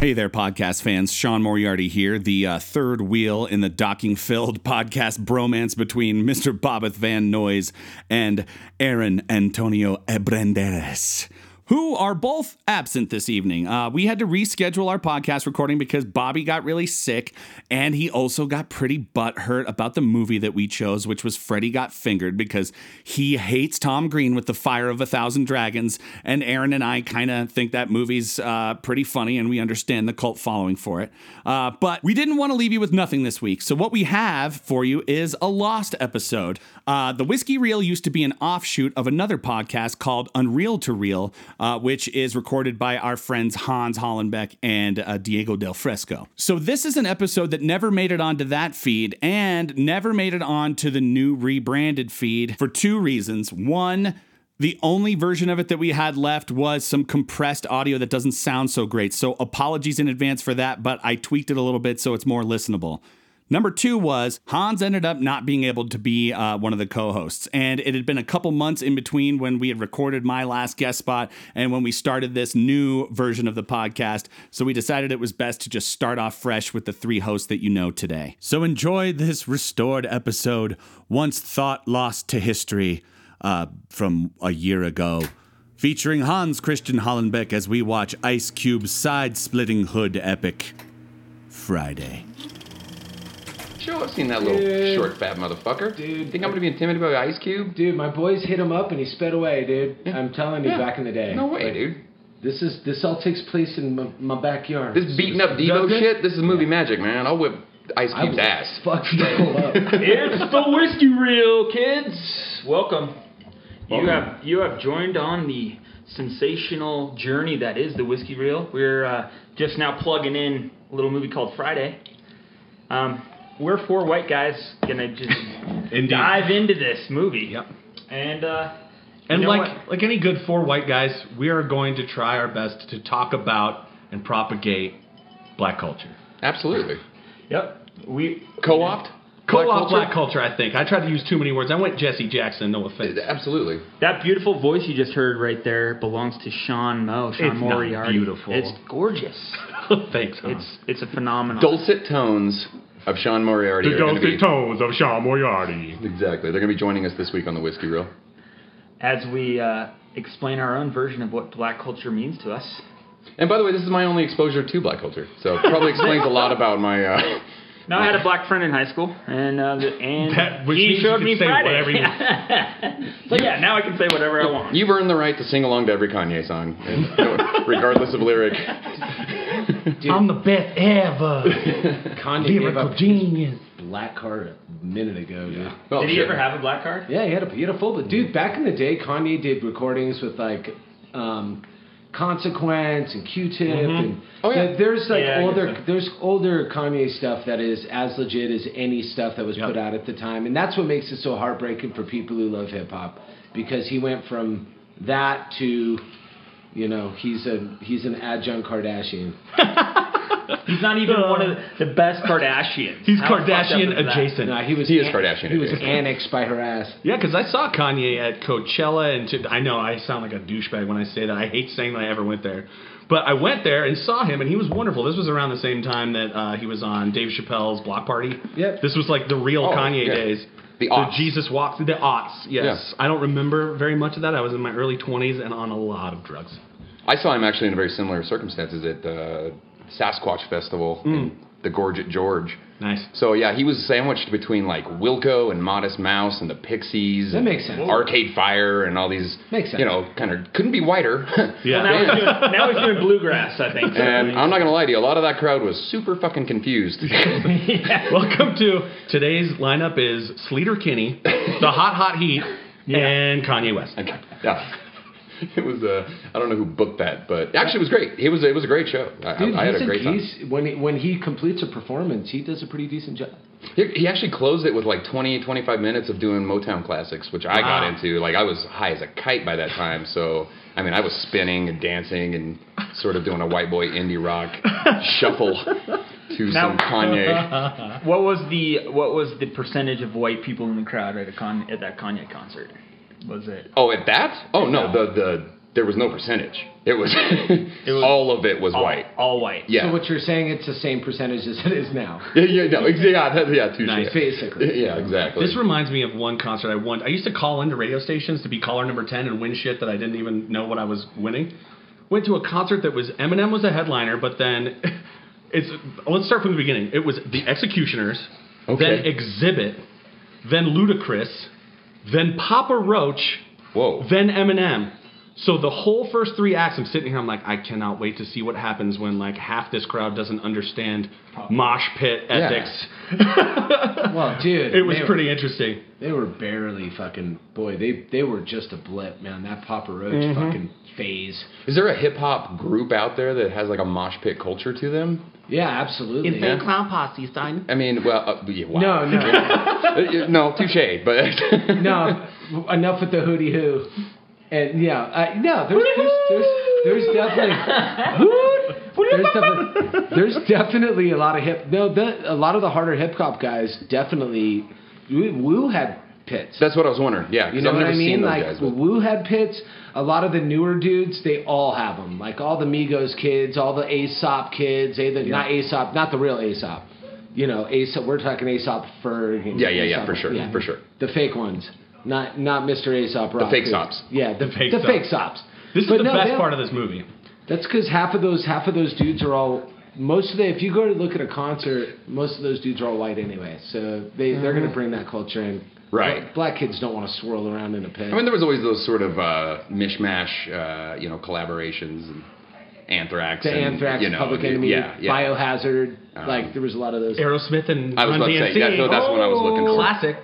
Hey there, podcast fans. Sean Moriarty here, the uh, third wheel in the docking filled podcast bromance between Mr. Bobeth Van Noyes and Aaron Antonio Ebrenderes, who are both absent this evening. Uh, we had to reschedule our podcast recording because Bobby got really sick and he also got pretty butthurt about the movie that we chose, which was Freddy Got Fingered, because he hates Tom Green with the fire of a thousand dragons. And Aaron and I kind of think that movie's uh, pretty funny and we understand the cult following for it. Uh, but we didn't want to leave you with nothing this week. So, what we have for you is a lost episode. Uh, the Whiskey Reel used to be an offshoot of another podcast called Unreal to Reel, uh, which is recorded by our friends Hans Hollenbeck and uh, Diego Del Fresco. So, this is an episode that never made it onto that feed and never made it onto the new rebranded feed for two reasons. One, the only version of it that we had left was some compressed audio that doesn't sound so great. So apologies in advance for that, but I tweaked it a little bit so it's more listenable. Number two was Hans ended up not being able to be uh, one of the co hosts. And it had been a couple months in between when we had recorded my last guest spot and when we started this new version of the podcast. So we decided it was best to just start off fresh with the three hosts that you know today. So enjoy this restored episode, Once Thought Lost to History uh, from a year ago, featuring Hans Christian Hollenbeck as we watch Ice Cube's side splitting hood epic, Friday. Sure, I've seen that little short, fat motherfucker. Dude, think I'm gonna be intimidated by Ice Cube? Dude, my boys hit him up and he sped away, dude. I'm telling you, back in the day. No way, dude. This is this all takes place in my, my backyard. This beating up Devo Does it? shit. This is movie magic, man. I'll whip Ice I Cube's will ass. Fuck people up. It's the whiskey reel, kids. Welcome. You have you have joined on the sensational journey that is the whiskey reel. We're uh, just now plugging in a little movie called Friday. Um, we're four white guys gonna just dive into this movie. Yep. And uh, And you know like like any good four white guys, we are going to try our best to talk about and propagate black culture. Absolutely. what? yep. We Co-opt. Co-op black culture, I think. I tried to use too many words. I went Jesse Jackson, no offense. Absolutely. That beautiful voice you just heard right there belongs to Sean Moe, Sean It's not Moriarty. beautiful. It's gorgeous. Thanks. Hans. It's it's a phenomenon. Dulcet tones of Sean Moriarty. are gonna be- tones of Sean Moriarty. Exactly. They're gonna be joining us this week on the Whiskey Reel. as we uh, explain our own version of what black culture means to us. And by the way, this is my only exposure to black culture, so it probably explains a lot about my. Uh, Now I had a black friend in high school, and uh, the, and That- which he means you showed can me say Friday. whatever you- so yeah, now I can say whatever I want. you've earned the right to sing along to every Kanye song, and- regardless of lyric. I'm the best ever. Kanye gave up his black card a minute ago, dude. Well, Did he sure. ever have a black card? Yeah, he had a beautiful. But Mm-hmm. dude, back in the day, Kanye did recordings with like um, Consequence and Q-Tip, Mm-hmm. and Oh, yeah. there- there's like Yeah, I guess older so. there's older Kanye stuff that is as legit as any stuff that was put out at the time, and that's what makes it so heartbreaking for people who love hip hop because he went from that to you know he's a he's an adjunct Kardashian. He's not even one of the, the best Kardashians. He's How fucked up is Kardashian that? adjacent. Nah, he was He is Kardashian, He was yeah. annexed by her ass. Yeah, because I saw Kanye at Coachella, and to, I know I sound like a douchebag when I say that. I hate saying that I ever went there, but I went there and saw him, and he was wonderful. This was around the same time that uh, he was on Dave Chappelle's Block Party. Yep. This was like the real Oh, Kanye yeah. days. The So aughts. Jesus walks the aughts. Yes, Yeah. I don't remember very much of that. I was in my early twenties and on a lot of drugs. I saw him actually in very similar circumstances at the Sasquatch uh, Festival in the Gorge at George. Nice. So yeah, he was sandwiched between like Wilco and Modest Mouse and the Pixies. That and makes sense. Arcade Fire and all these. Makes sense. You know, kind of couldn't be whiter. Well, now, he's doing, now he's doing bluegrass, I think. And I'm not gonna lie to you, a lot of that crowd was super fucking confused. Welcome to today's lineup is Sleater Kinney, the Hot Hot Heat, and Kanye West. yeah. It was uh, I don't know who booked that, but actually it was great. It was it was a great show. I, Dude, I, I had he's a great time. he's- When he, when he completes a performance, he does a pretty decent job. He, he actually closed it with like 20, 25 minutes of doing Motown classics, which I Wow. got into. Like I was high as a kite by that time, so I mean I was spinning and dancing and sort of doing a white boy indie rock shuffle to some Kanye. what was the what was the percentage of white people in the crowd at a con at that Kanye concert? Was it? Oh, at that? Oh no, the the there was no percentage. It was, all of it was all- white. All white. Yeah. So what you're saying, it's the same percentage as it is now. Yeah, yeah, no, ex- yeah, that, yeah, touche. Nice. Basically. Yeah, exactly. This reminds me of one concert I won. I used to call into radio stations to be caller number 10 and win shit that I didn't even know what I was winning. Went to a concert that was Eminem was a headliner, but then it's let's start from the beginning. It was The Executioners, then Exhibit, then Ludacris, then Papa Roach, whoa, then Eminem. So the whole first three acts, I'm sitting here, I'm like, I cannot wait to see what happens when like half this crowd doesn't understand mosh pit Yeah. ethics. well, dude, It was they were- pretty interesting. They were barely fucking boy. They they were just a blip, man. That Papa Roach Mhm. Mm-hmm. fucking phase. Is there a hip hop group out there that has like a mosh pit culture to them? Yeah, absolutely. Yeah. clown posse, son. I mean, well, uh, yeah, wow. No, Uh, no, no, touche. But no, enough with the hootie hoo. And yeah, uh, no, there's there's there's, there's definitely there's definitely there's definitely a lot of hip. No, the, a lot of the harder hip hop guys definitely. Wu- Wu had pits. That's what I was wondering. Yeah, 'cause You know I've what never I seen mean? those Like guys. but- Wu had pits. A lot of the newer dudes, they all have them. Like all the Migos kids, all the Aesop kids. Either not Aesop, not the real Aesop. You know, Aesop. We're talking Aesop for. Yeah, yeah, yeah, for sure, for sure. The fake ones, not not Mr. Aesop. Rock fake dudes. sops. Yeah, the, The fake fake the sops. fake sops. This is But the no, best they- part of this movie. That's because half of those half of those dudes are all. Most of the if you go to look at a concert, most of those dudes are all white anyway, so they they're Mm-hmm. gonna bring that culture in. Right. Black kids don't want to swirl around in a pit. I mean, there was always those sort of uh, mishmash, uh, you know, collaborations and Anthrax. The and, Anthrax, you know, Public Enemy, yeah, yeah. Biohazard. Um, like there was a lot of those. Aerosmith and I was Run about to say, DMC. yeah, no, that's what I was looking for. Classic.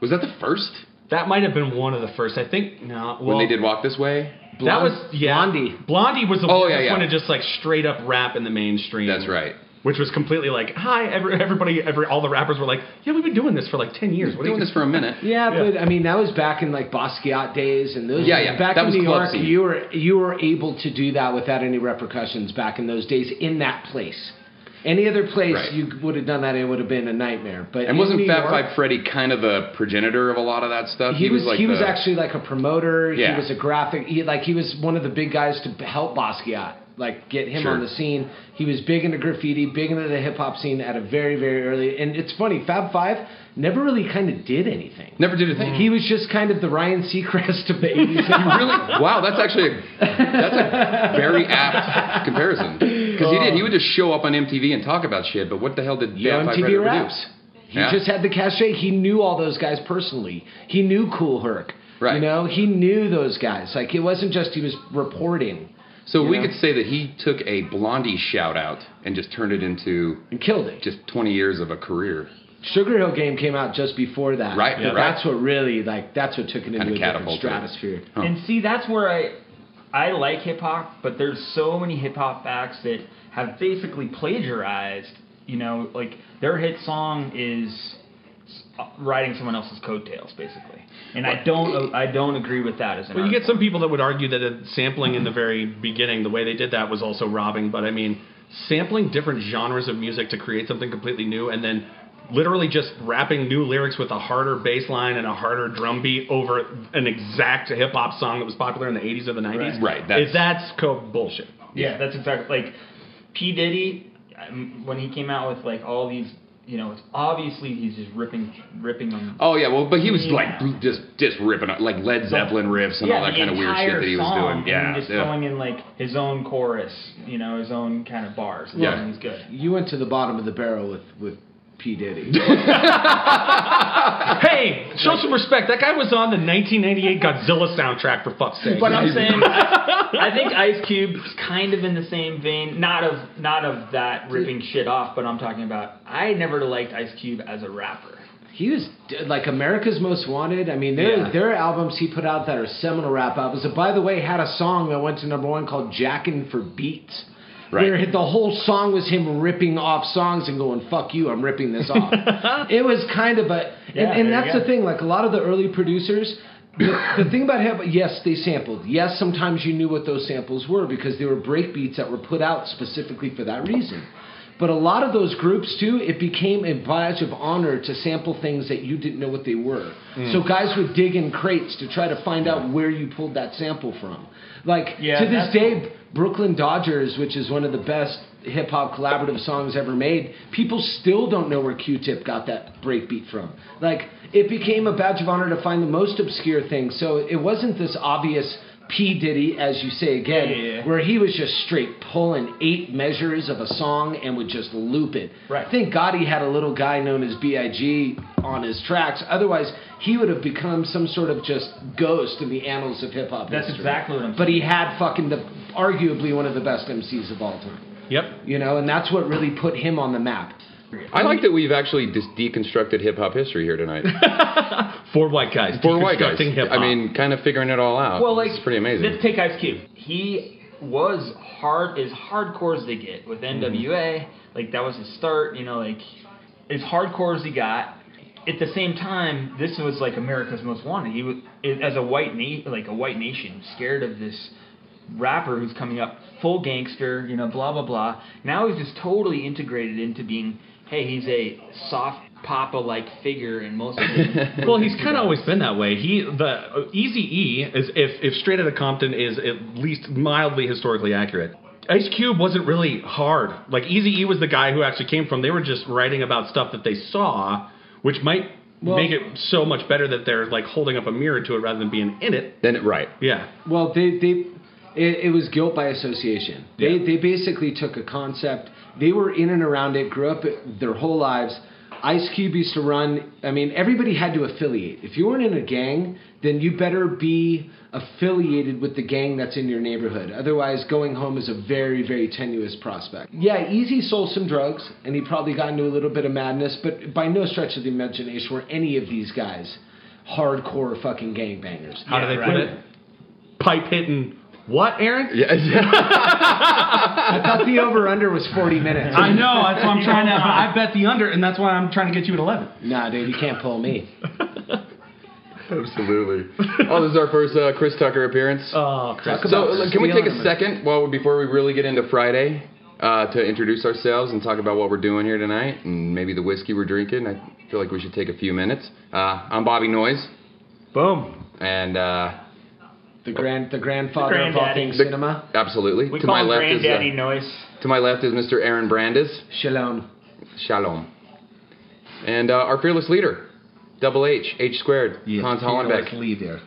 Was that the first? That might have been one of the first. I think no. when well, they did Walk This Way. that was yeah. Blondie. Blondie was the Oh, first yeah, yeah. one to just like straight up rap in the mainstream. That's right. Which was completely like, hi, every, everybody, every all the rappers were like, yeah, we've been doing this for like ten years. What are you Yeah, but I mean that was back in like Basquiat days and those. Yeah, yeah, Back that in was New club York, scene. you were you were able to do that without any repercussions back in those days in that place. Any other place Right. you would have done that, it would have been a nightmare. But And in wasn't New Fab York, Five Freddy kind of the progenitor of a lot of that stuff? He, was, like he was the- actually like a promoter. Yeah. He was a graphic. He, like he was one of the big guys to help Basquiat, like get him Sure. on the scene. He was big into graffiti, big into the hip hop scene at a very very early. And it's funny, Fab Five never really kind of did anything. never did a thing. He was just kind of the Ryan Seacrest of the 80s. really? Wow, that's actually a, that's a very apt comparison. Because he did, he would just show up on MTV and talk about shit. But what the hell did Fab Yo, Five MTV Freddy raps. produce? He Yeah. just had the cachet. He knew all those guys personally. He knew Cool Herc. Right. You know, Oh, he knew those guys. Like, it wasn't just he was reporting. So you we know? could say that he took a Blondie shout out and just turned it into and killed it. Just 20 years of a career. Sugar Hill Game came out just before that. Right, But yeah, right. that's what really, like, that's what took it into a different catapulted it. stratosphere. And see, that's where I I like hip hop, but there's so many hip hop acts that have basically plagiarized. You know, like their hit song is s- uh, riding someone else's coattails, basically. And I don't I don't agree with that as an Well, you get some people that would argue that uh, sampling in the very beginning, the way they did that was also robbing, but I mean, sampling different genres of music to create something completely new and then literally just rapping new lyrics with a harder bass line and a harder drum beat over an exact hip hop song that was popular in the 80s or the 90s. Right, Is- that's- That's, co- bullshit. Yeah, that's exactly like P Diddy um, when he came out with like all these you know, it's obviously he's just ripping, ripping them. Oh yeah, well, but he was Yeah. like br- just just ripping up, like Led Zeppelin riffs and all that the kind of weird entire shit that he was song, doing. Yeah, and just yeah. throwing in like his own chorus, you know, his own kind of bars. Yeah. and he's good. You went to the bottom of the barrel with with P Diddy. hey, show some respect. That guy was on the 1998 Godzilla soundtrack for fuck's sake. But I'm saying, I, I think Ice Cube is kind of in the same vein, not of not of that ripping shit off, but I'm talking about I never liked Ice Cube as a rapper. He was d- like America's Most Wanted. I mean, there Yeah. there are albums he put out that are seminal rap albums. And by the way, had a song that went to number one called "Jackin' for Beats." Right. Where the whole song was him ripping off songs and going "fuck you," I'm ripping this off. it was kind of a, and, Yeah, and there you that's go. the thing. Like a lot of the early producers, the, the thing about hip, yes, they sampled. Yes, sometimes you knew what those samples were because they were breakbeats that were put out specifically for that reason. But a lot of those groups too, it became a badge of honor to sample things that you didn't know what they were. Mm. So guys would dig in crates to try to find out where you pulled that sample from. Like Yeah, to this that's day, Brooklyn Dodgers, which is one of the best hip hop collaborative songs ever made, people still don't know where Q-Tip got that breakbeat from. Like it became a badge of honor to find the most obscure thing. So it wasn't this obvious P Diddy, as you say again, Yeah, yeah, yeah. where he was just straight pulling eight measures of a song and would just loop it. Right. Thank God he had a little guy known as B.I.G. on his tracks. Otherwise, he would have become some sort of just ghost in the annals of hip hop. That's exactly what I'm But he saying. had fucking the arguably one of the best MCs of all time. Yep. You know, and that's what really put him on the map. I like that we've actually just deconstructed hip hop history here tonight. Four white guys. Four white guys. deconstructing hip-hop. I mean, kind of figuring it all out. Well, like it's pretty amazing. Let's take Ice Cube. He was hard as hardcore as they get with Mm-hmm. NWA. Like that was his start. You know, like as hardcore as he got. At the same time, this was like America's Most Wanted. He was as a white na- like a white nation, scared of this rapper who's coming up full gangster. You know, blah blah blah. Now he's just totally integrated into being. Hey, he's a soft papa like figure in most. well, he's kind of always been that way. He the Easy E is if if Straight Outta Compton is at least mildly historically accurate. Ice Cube wasn't really hard. Like Easy E was the guy who actually came from. They were just writing about stuff that they saw, which might Well- make it so much better that they're like holding up a mirror to it rather than being in it. Then right. Yeah. Well, they they it, it was guilt by association. They they basically took a concept. They were in and around it, grew up it their whole lives. Ice Cube used to run. I mean, everybody had to affiliate. If you weren't in a gang, then you better be affiliated with the gang that's in your neighborhood. Otherwise, going home is a very, very tenuous prospect. Yeah, Easy sold some drugs, and he probably got into a little bit of madness, but by no stretch of the imagination were any of these guys hardcore fucking gangbangers. How do they put it? Pipe hitting. What, Aaron? I thought the over under was 40 minutes. I know. That's why I'm trying to. I bet the under, and that's why I'm trying to get you at 11. Nah, dude, you can't pull me. Absolutely. oh, this is our first uh, Chris Tucker appearance. Oh, Chris. Talk So, about uh, can we stealing take him. a second while before we really get into Friday uh, to introduce ourselves and talk about what we're doing here tonight and maybe the whiskey we're drinking? I feel like we should take a few minutes. Uh, I'm Bobby Noyes. Boom. And uh, The grand, the grandfather of all Granddaddy. things The- cinema. absolutely. We to call my him left Granddaddy is uh, Noise. to my left is Mr. Aaron Brandis. Shalom. Shalom. And uh, our fearless leader, Double H, H squared, Hans Hollenbeck. leader.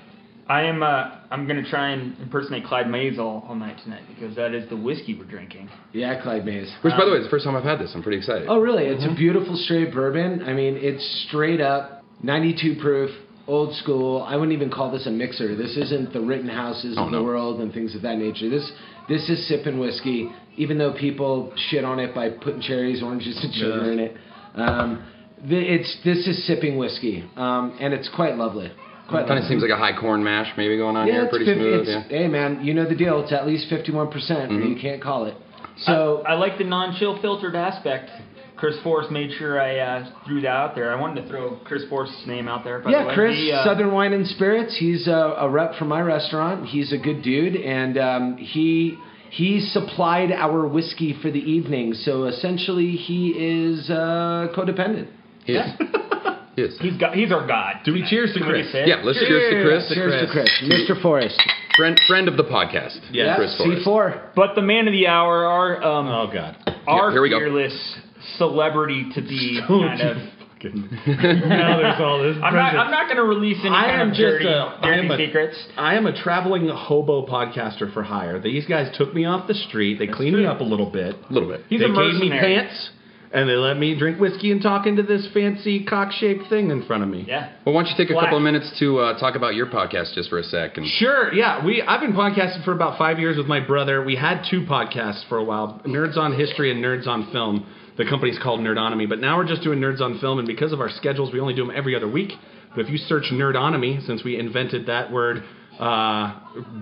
I am. Uh, I'm gonna try and impersonate Clyde Mays all, all night tonight because that is the whiskey we're drinking. Yeah, Clyde Mays. Which, by the Um, way, is the first time I've had this. I'm pretty excited. Oh, really? It's a beautiful straight bourbon. I mean, it's straight up 92 proof, old school. I wouldn't even call this a mixer. This isn't the written houses Oh, of the no. world and things of that nature. This this is sipping whiskey, even though people shit on it by putting cherries, oranges, and sugar Yeah. in it. Um, th- it's this is sipping whiskey, um, and it's quite lovely. Quite Kind of lovely. seems like a high corn mash maybe going on here. it's Pretty 50 smooth. Yeah. it's- Hey, man, you know the deal. It's at least 51%, or Mhm. you can't call it. So I like the non-chill filtered aspect. Chris Forrest made sure I uh, threw that out there. I wanted to throw Chris Forrest's name out there. By the yeah, way. Chris, He, uh, Southern Wine and Spirits. He's a, a rep for my restaurant. He's a good dude, and um, he he supplied our whiskey for the evening. So essentially, he is uh, codependent. Yes. yes. He's got. He's our god. Do we cheers to Chris? Yeah, let's cheers to Chris. Cheers to Chris. Mr. Forrest. Friend, friend of the podcast. Chris Forrest. C4. But the man of the hour, our um, oh god, our Yeah, here we go. fearless celebrity to be kind of. now there's all this I'm not. pressure. I'm not going to release any I kind am of just dirty, a, I dirty am a- secrets. I am a traveling hobo podcaster for hire. These guys took me off the street. They cleaned me up a little bit. A little bit. He's they a gave me mercenary. pants, and they let me drink whiskey and talk into this fancy cock-shaped thing in front of me. Yeah. Well, why don't you take a Black. couple of minutes to uh, talk about your podcast just for a sec? And Sure. Yeah. We I've been podcasting for about five years with my brother. We had two podcasts for a while: Nerds on History and Nerds on Film. The company's called Nerdonomy, but now we're just doing Nerds on Film, and because of our schedules, we only do them every other week. But if you search Nerdonomy, since we invented that word, uh,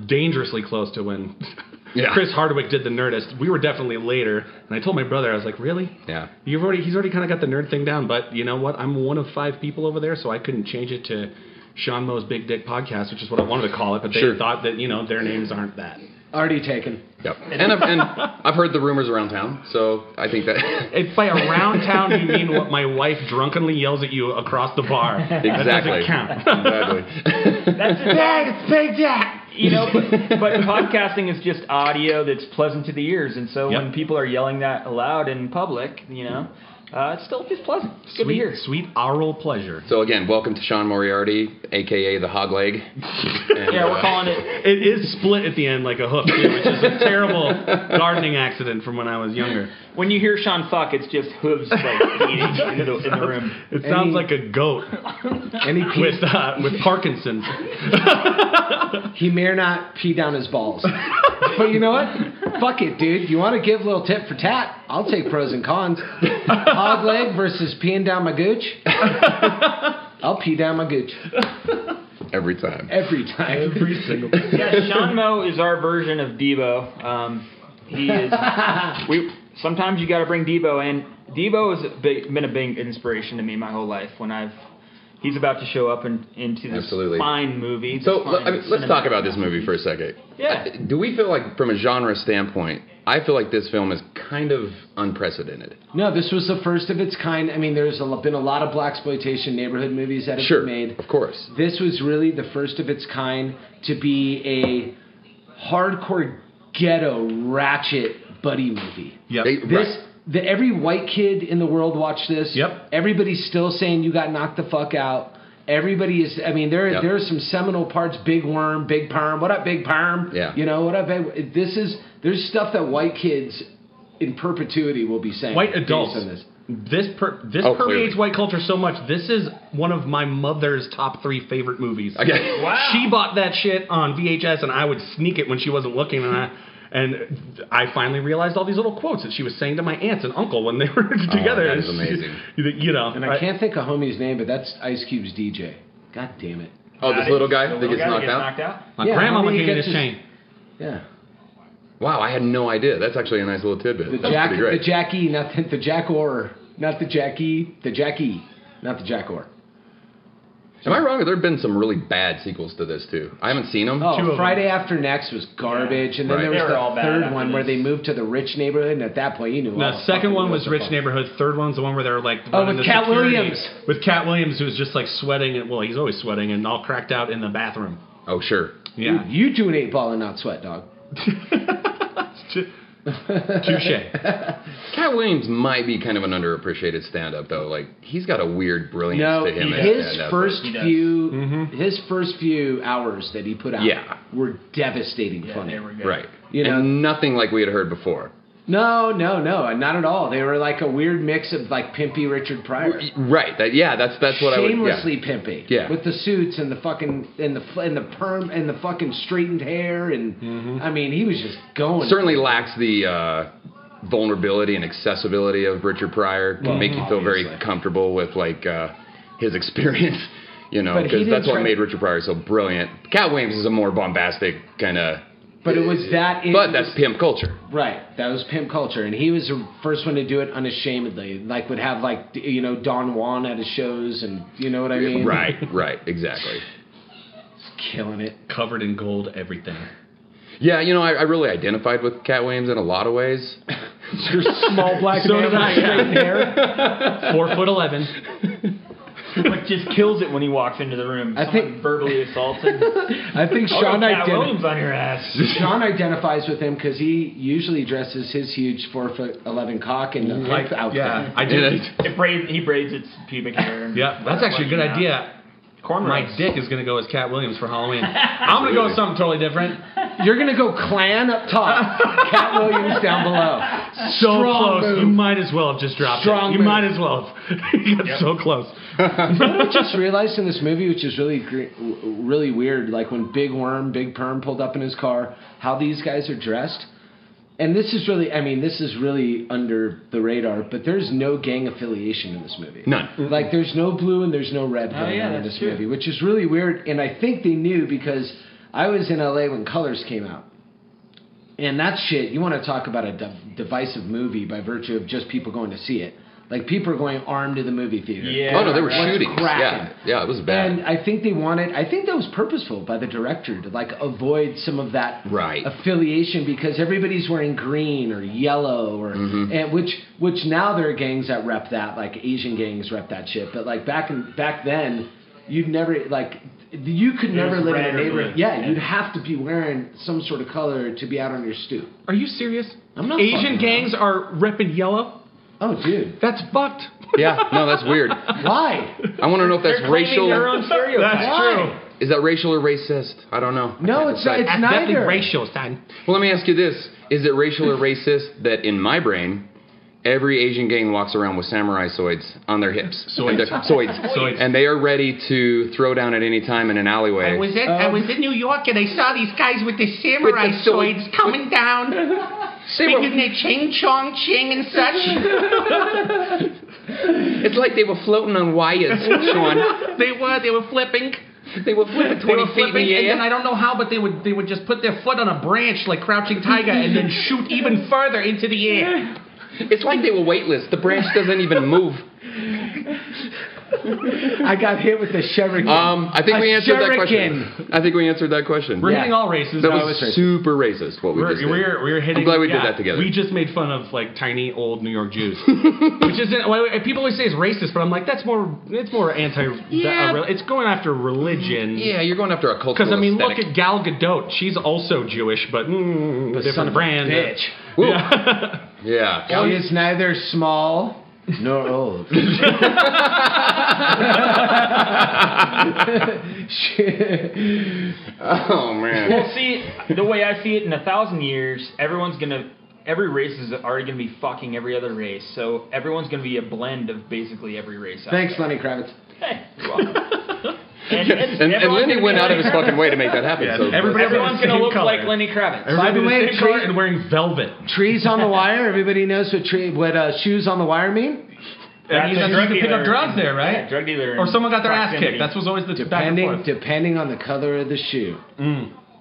dangerously close to when Yeah. Chris Hardwick did the Nerdist, we were definitely later. And I told my brother, I was like, "Really? yeah, You've already he's already kind of got the nerd thing down, but you know what? I'm one of five people over there, so I couldn't change it to Sean Moe's Big Dick Podcast, which is what I wanted to call it. But they Sure. thought that you know their names aren't that. Already taken. Yep. and I've, and I've heard the rumors around town, so I think that If by around town you mean what my wife drunkenly yells at you across the bar, that Exactly. doesn't count. That's it's Big Jack. You know, but, but podcasting is just audio that's pleasant to the ears, and so Yep. when people are yelling that aloud in public, you know, uh, it's still just pleasant. It's good to hear. Sweet aural pleasure. So again, welcome to Sean Moriarty, aka the Hog Leg. Yeah, we're calling it. It is split at the end like a hook, too, which is a terrible gardening accident from when I was younger. When you hear Sean fuck, it's just hooves like beating into the, in the room. It sounds like a goat. Any with uh, with Parkinson's. He may or not pee down his balls. but you know what? Fuck it, dude. You want to give a little tit for tat? I'll take pros and cons. Hog leg versus peeing down my gooch. I'll pee down my gooch every time. every time. Every single time. yeah, Sean Mo is our version of Debo. Um, he is. we sometimes you got to bring Debo in. Debo has big, been a big inspiration to me my whole life. When I've he's about to show up in, into this Absolutely. fine movie. So this l- I fine mean, let's cinematic- talk about this movie for a second. Yeah. Do we feel like, from a genre standpoint, I feel like this film is kind of unprecedented. No, this was the first of its kind. I mean, there's a, lo- been a lot of black exploitation neighborhood movies that have Sure, been made. Of course. This was really the first of its kind to be a hardcore ghetto ratchet buddy movie. Yep. This the, every white kid in the world watched this. Yep. Everybody's still saying you got knocked the fuck out. Everybody is. I mean, there Yep. there are some seminal parts. Big Worm, Big Perm. What up, Big Perm? Yeah. You know what up? Big- This is there's stuff that white kids in perpetuity will be saying. White based adults. on this. This per, this Oh, permeates white culture so much. This is one of my mother's top three favorite movies. Okay. Wow. She bought that shit on VHS, and I would sneak it when she wasn't looking, and I. And I finally realized all these little quotes that she was saying to my aunts and uncle when they were together. Oh, that is amazing. You, you know, And I can't think of homie's name, but that's Ice Cube's DJ. God damn it. Oh, this little guy that gets knocked out? My grandma homie gave me gets this chain. Yeah. Wow, I had no idea. That's actually a nice little tidbit. The That's Jack, pretty great. the Jackie, not the, the Jack Orr, not the Jackie, the Jackie, not the Jack Orr. Am I wrong? There have been some really bad sequels to this too. I haven't seen them. Oh, Friday After Next was garbage, and then Right. there was They were all the bad third after one where they moved to the rich neighborhood, and at that point you knew. all The second fucking one wheels was were Rich falling. Neighborhood. Third one's the one where they're like Oh, running with the Cat security- Williams. With Cat Williams, who's just like sweating. And, well, he's always sweating and all cracked out in the bathroom. Oh, sure. Yeah. Dude, you do an eight ball and not sweat, dog. Touche. Cat Williams might be kind of an underappreciated stand-up though. Like he's got a weird brilliance No, to him. as his stand-up. first few his first few hours that he put out Yeah. were devastating funny. Right. You know- and nothing like we had heard before. No, no, no, not at all. They were like a weird mix of like pimpy Richard Pryor, Right. That yeah. That's that's what shamelessly I would. pimpy, Yeah. with the suits and the fucking and the fl- and the perm and the fucking straightened hair and I mean he was just going. Yeah. Mm-hmm. Certainly lacks the uh, vulnerability and accessibility of Richard Pryor. Can Well, make you feel very comfortable with like uh, his experience. You know, But he because didn't that's what try- made Richard Pryor so brilliant. Cat Williams is a more bombastic kind of. But it was that. it But was- that's pimp culture. Right, that was pimp culture, and he was the first one to do it unashamedly. Like would have like d- you know Don Juan at his shows, and you know what I mean. Right. Right. Exactly. killing it. Covered in gold, everything. Yeah, you know, I, I really identified with Cat Williams in a lot of ways. Your small black So man did with I. straightened hair. Four foot eleven. but just kills it when he walks into the room. I I think verbally assaulted. I think Oh, Sean no, Cat identi- Williams on your ass. Sean identifies with him because he usually dresses his huge four foot eleven cock in the Mm-hmm. Like- pimp outfit. yeah, I do. It- It braids, he braids its pubic hair. Yeah, that's actually a good idea. Cornrows. My dick is gonna go as Cat Williams for Halloween. I'm gonna go with something totally different. You're gonna go Clan up top, Cat Williams down below. So Strong close. move. You might as well have just dropped Strong it. You move. might as well. Have. you got so close. You know what I just realized in this movie, which is really, gre- w- really weird, like when Big Worm, Big Perm pulled up in his car, how these guys are dressed. And this is really, I mean, this is really under the radar, but there's no gang affiliation in this movie. None. Like, there's no blue and there's no red Oh, going yeah, on in that's this true. movie, which is really weird. And I think they knew because I was in LA when Colors came out. And that shit, you want to talk about a de- divisive movie by virtue of just people going to see it. Like people are going armed to the movie theater. Oh no, they were What's shooting. cracking? Yeah, yeah, it was bad. And I think they wanted. I think that was purposeful by the director to like avoid some of that Right. affiliation because everybody's wearing green or yellow or Mhm. and which which now there are gangs that rep that like Asian gangs rep that shit. But like back in back then, you'd never like you could It never was live in red a or neighborhood. blue. Yeah, Yeah. you'd have to be wearing some sort of color to be out on your stoop. Are you serious? I'm not fucking Asian around. gangs are repping yellow. Oh, dude, that's fucked. yeah, no, that's weird. Why? I want to know if that's They're claiming racial. their own stereotypes. That's Why? true. Is that racial or racist? I don't know. No, it's not- it's That's definitely neither. racial, son. Well, let me ask you this: Is it racial or racist that in my brain, every Asian gang walks around with samurai swords on their hips, Swords. And they're- swords, Swords. and they are ready to throw down at any time in an alleyway? I was at Um, I was in New York and I saw these guys with the samurai With the sword- swords coming down, speaking their ching chong ching and such. It's like they were floating on wires, Sean. they were they were flipping. They were flipping 20 feet in flipping, the air. and then I don't know how, but they would they would just put their foot on a branch like crouching tiger and then shoot even further into the air. It's like they were weightless. The branch doesn't even move. I got hit with the shuriken. Um, I think A we answered that shuriken. question. I think we answered that question. We're hitting all races. That No, was it was racist. super racist. What we We're, just did. we're, we're hitting. I'm glad we yeah, did that together. We just made fun of like tiny old New York Jews, which isn't. well, People always say it's racist, but I'm like, that's more. It's more anti. Yeah. that- uh, it's going after religion. Yeah, you're going after a cultural. Because I mean, aesthetic. look at Gal Gadot. She's also Jewish, but mm, different son of a brand. bitch. Yeah. Oh, She is neither small nor old. oh man. Well, see, the way I see it, in a thousand years, everyone's gonna, every race is already gonna be fucking every other race. So everyone's gonna be a blend of basically every race. out Thanks, there. Lenny Kravitz. And, And, and, everyone's Lenny gonna went be out of his Lenny fucking way to make that happen. Yeah, so everybody- Everyone's Same gonna look color. like Lenny Kravitz. By the way, Everybody's tree, and wearing velvet. trees on the wire. Everybody knows what tree, what uh, shoes on the wire mean. That means a that you drug can pick up dealer. drugs there, right? Yeah, drug dealer. Or someone got their ass Proximity. kicked. That's what's always the back and Depending, forth. depending on the color of the shoe.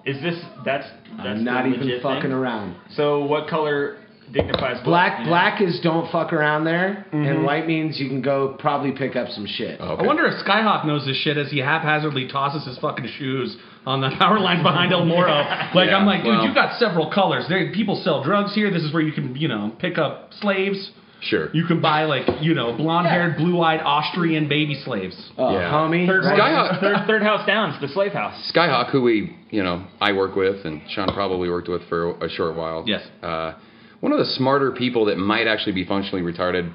Is this that's that's I'm not the even legit thing? fucking around. So what color dignifies What, Black, you know? black is don't fuck around there, Mhm. and white means you can go probably pick up some shit. Oh, I wonder if Skyhawk knows this shit as he haphazardly tosses his fucking shoes on the power line behind El Moro. Like Yeah, I'm like, dude, well- you got several colors. There, people sell drugs here. This is where you can, you know, pick up slaves. Sure. You can buy like, you know, blonde-haired, blue-eyed Austrian baby slaves. Oh, Yeah. homie. Third, Right. house, third, third house down is the slave house. Skyhawk, who we, you know, I work with, and Sean probably worked with for a short while. Yes. Uh, one of the smarter people that might actually be functionally retarded.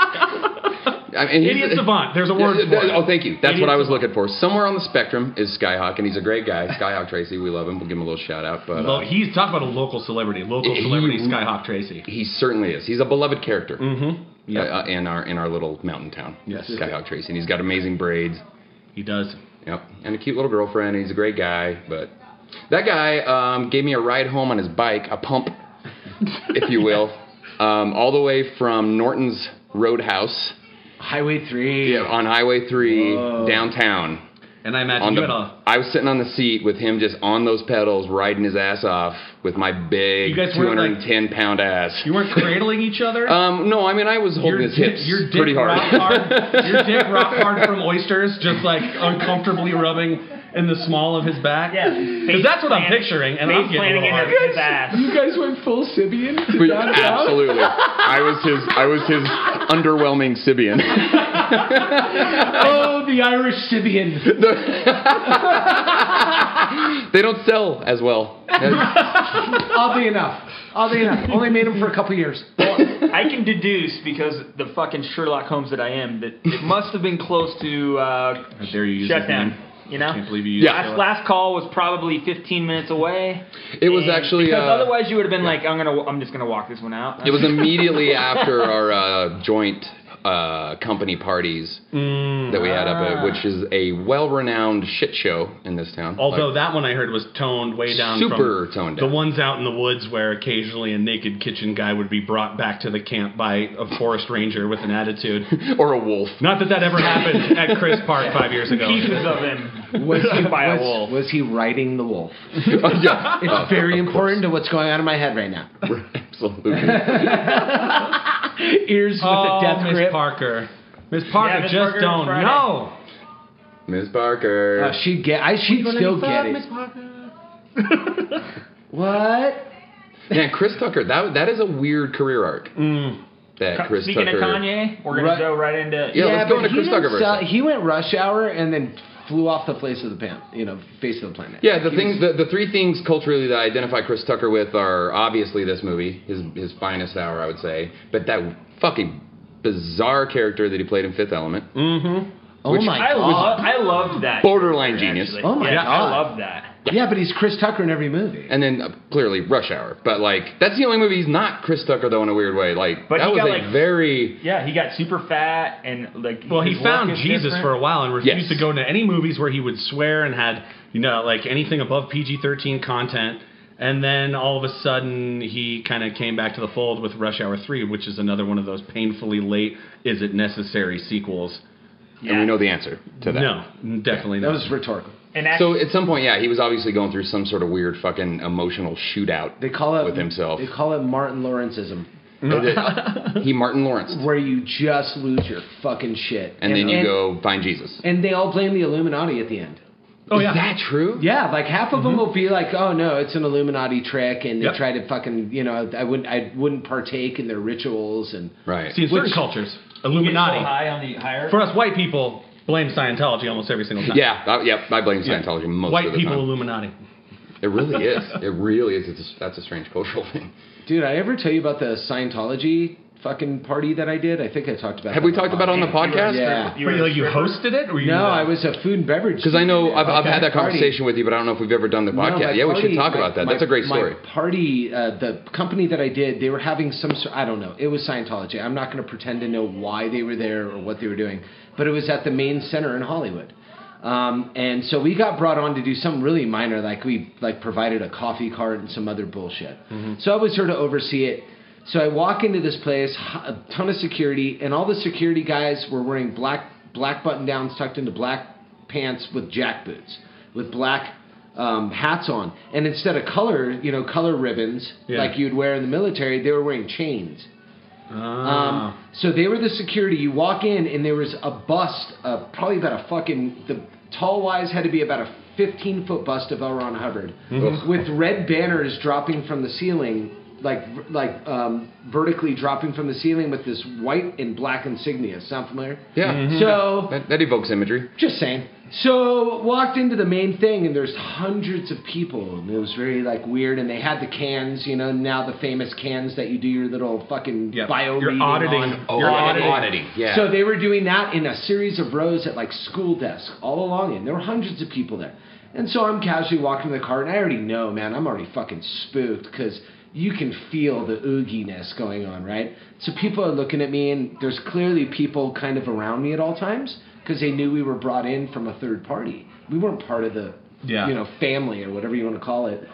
I mean, he's- Idiot savant. There's a word Yeah, for it. Oh, thank you. That's Idiot what I was looking for. Somewhere on the spectrum is Skyhawk, and he's a great guy. Skyhawk Tracy, we love him. We'll give him a little shout out. But uh, Lo- he's talking about a local celebrity, local He- celebrity Skyhawk Tracy. He certainly is. He's a beloved character Mhm. Yeah. uh, uh, in our in our little mountain town. Yes. Skyhawk Tracy, and he's got amazing braids. He does. Yep, and a cute little girlfriend. And he's a great guy, but that guy um, gave me a ride home on his bike, a pump, if you will, um, all the way from Norton's Roadhouse. Highway three. Yeah, on Highway three Whoa. downtown. And I On imagine the- you had a. I was sitting on the seat with him just on those pedals, riding his ass off with my big You guys 210 weren't, like- hundred ten pound ass. You weren't cradling each other. Um, no, I mean I was holding his hips your dick pretty hard. rock hard. Your dick rock hard from oysters, just like uncomfortably rubbing in the small of his back? Yeah. Because face that's what I'm plant- picturing, and face I'm getting a planting little in hard. his ass. You guys went full Sibian? to We- Don Brown? absolutely. I was his. I was his underwhelming Sibian. oh, the Irish Sibian. they don't sell as well. Oddly enough. Oddly enough. Only made him for a couple years. I can deduce because the fucking Sherlock Holmes that I am that it must have been close to uh, There you use his name. shutdown. You know, Can't believe you used last, Sherlock. last call was probably 15 minutes away. It was and- actually, because uh, otherwise you would have been like, I'm gonna, I'm just gonna walk this one out. It was immediately after our uh, joint uh, company parties that we had up at, which is a well-renowned shit show in this town. Although Like, that one I heard was toned way down. Super from toned The down. ones out in the woods where occasionally a naked kitchen guy would be brought back to the camp by a forest ranger with an attitude. or a wolf. Not that that ever happened at Chris Park five years ago. Pieces of him. Was he, By a was, was he riding the wolf? It's Uh, very important to what's going on in my head right now. Absolutely. Ears with oh, a death Miss grip. Parker. Miss Parker, Yeah, Miss just Parker, don't Friday. know. Miss Parker. Uh, she'd get. I she'd still get it. What? Yeah, Chris Tucker. That that is a weird career arc. That Mm. Chris Speaking Tucker. of Kanye, we're gonna Right. go right into Yeah, let's go but into Chris he didn't Tucker verse. sell- He went rush hour and then flew off the place of the pan, you know, face of the planet. Yeah, the He things, was- the, the three things culturally that I identify Chris Tucker with are obviously this movie, his his finest hour, I would say, but that fucking bizarre character that he played in Fifth Element. Mm-hmm. Oh Which my I God. love, I loved that. Borderline character, genius. actually. Oh my yeah, I God. love that. Yeah, but he's Chris Tucker in every movie. And then uh, clearly Rush Hour, but like that's the only movie he's not Chris Tucker though in a weird way. Like But that he was got, a like- very Yeah, he got super fat and like. Well, he his found look is Jesus different. for a while and refused to go into any movies where he would swear and had, you know, like anything above PG 13 content. And then all of a sudden, he kind of came back to the fold with Rush Hour 3, which is another one of those painfully late, is it necessary sequels. and we know the answer to that. No, definitely That not. was rhetorical. And So at some point, yeah, he was obviously going through some sort of weird fucking emotional shootout They call it with himself. They call it Martin Lawrenceism. he Martin Lawrence, where you just lose your fucking shit, and then you go find Jesus. And they all blame the Illuminati at the end. Oh yeah, is that true? Yeah, like half of Mm-hmm. them will be like, "Oh no, it's an Illuminati trick," and they Yep. try to fucking, you know, I wouldn't, I wouldn't partake in their rituals and Right. See, in certain Which- cultures, You get so Illuminati. high on the higher. For us white people, blame Scientology almost every single time. Yeah, I, yeah, I blame Scientology most white of the people time. Illuminati. It really is. It really is. It's a, that's a strange cultural thing. Dude, I ever tell you about the Scientology fucking party that I did? I think I talked about. Have that we talked about it on the podcast? Yeah. Were you, like, you hosted it? Or you, no, uh, I was a food and beverage. Because I know I've, I've Okay. had that Party. conversation with you, but I don't know if we've ever done the No, my podcast. yeah, we should party- talk my- about that. my- That's a great my story. party, uh, the company that I did, they were having some sort. I don't know. It was Scientology. I'm not going to pretend to know why they were there or what they were doing, but it was at the main center in Hollywood. Um, and so we got brought on to do something really minor, like we like provided a coffee cart and some other bullshit. Mm-hmm. So I was there to oversee it. So I walk into this place, h- a ton of security, and all the security guys were wearing black black button downs tucked into black pants with jack boots, with black um, hats on, and instead of color, you know, color ribbons Yeah. like you'd wear in the military, they were wearing chains. Ah. Um, so they were the security. You walk in, and there was a bust, uh, probably about a fucking. The tall wise had to be about a 15 foot bust of L. Ron Hubbard, Mhm. Ugh. with red banners dropping from the ceiling, like like um, vertically dropping from the ceiling with this white and black insignia. Sound familiar? Yeah. Mm-hmm. So that, that evokes imagery. just saying. So walked into the main thing and there's hundreds of people and it was very like weird and they had the cans, you know, now the famous cans that you do your little fucking Yep. bio You're reading auditing. on. Oh, You're auditing. auditing, yeah. So they were doing that in a series of rows at like school desks all along it. and there were hundreds of people there. And so I'm casually walking the cart and I already know, man, I'm already fucking spooked because you can feel the ooginess going on, right? So people are looking at me and there's clearly people kind of around me at all times because they knew we were brought in from a third party. We weren't part of the, Yeah. you know, family or whatever you want to call it.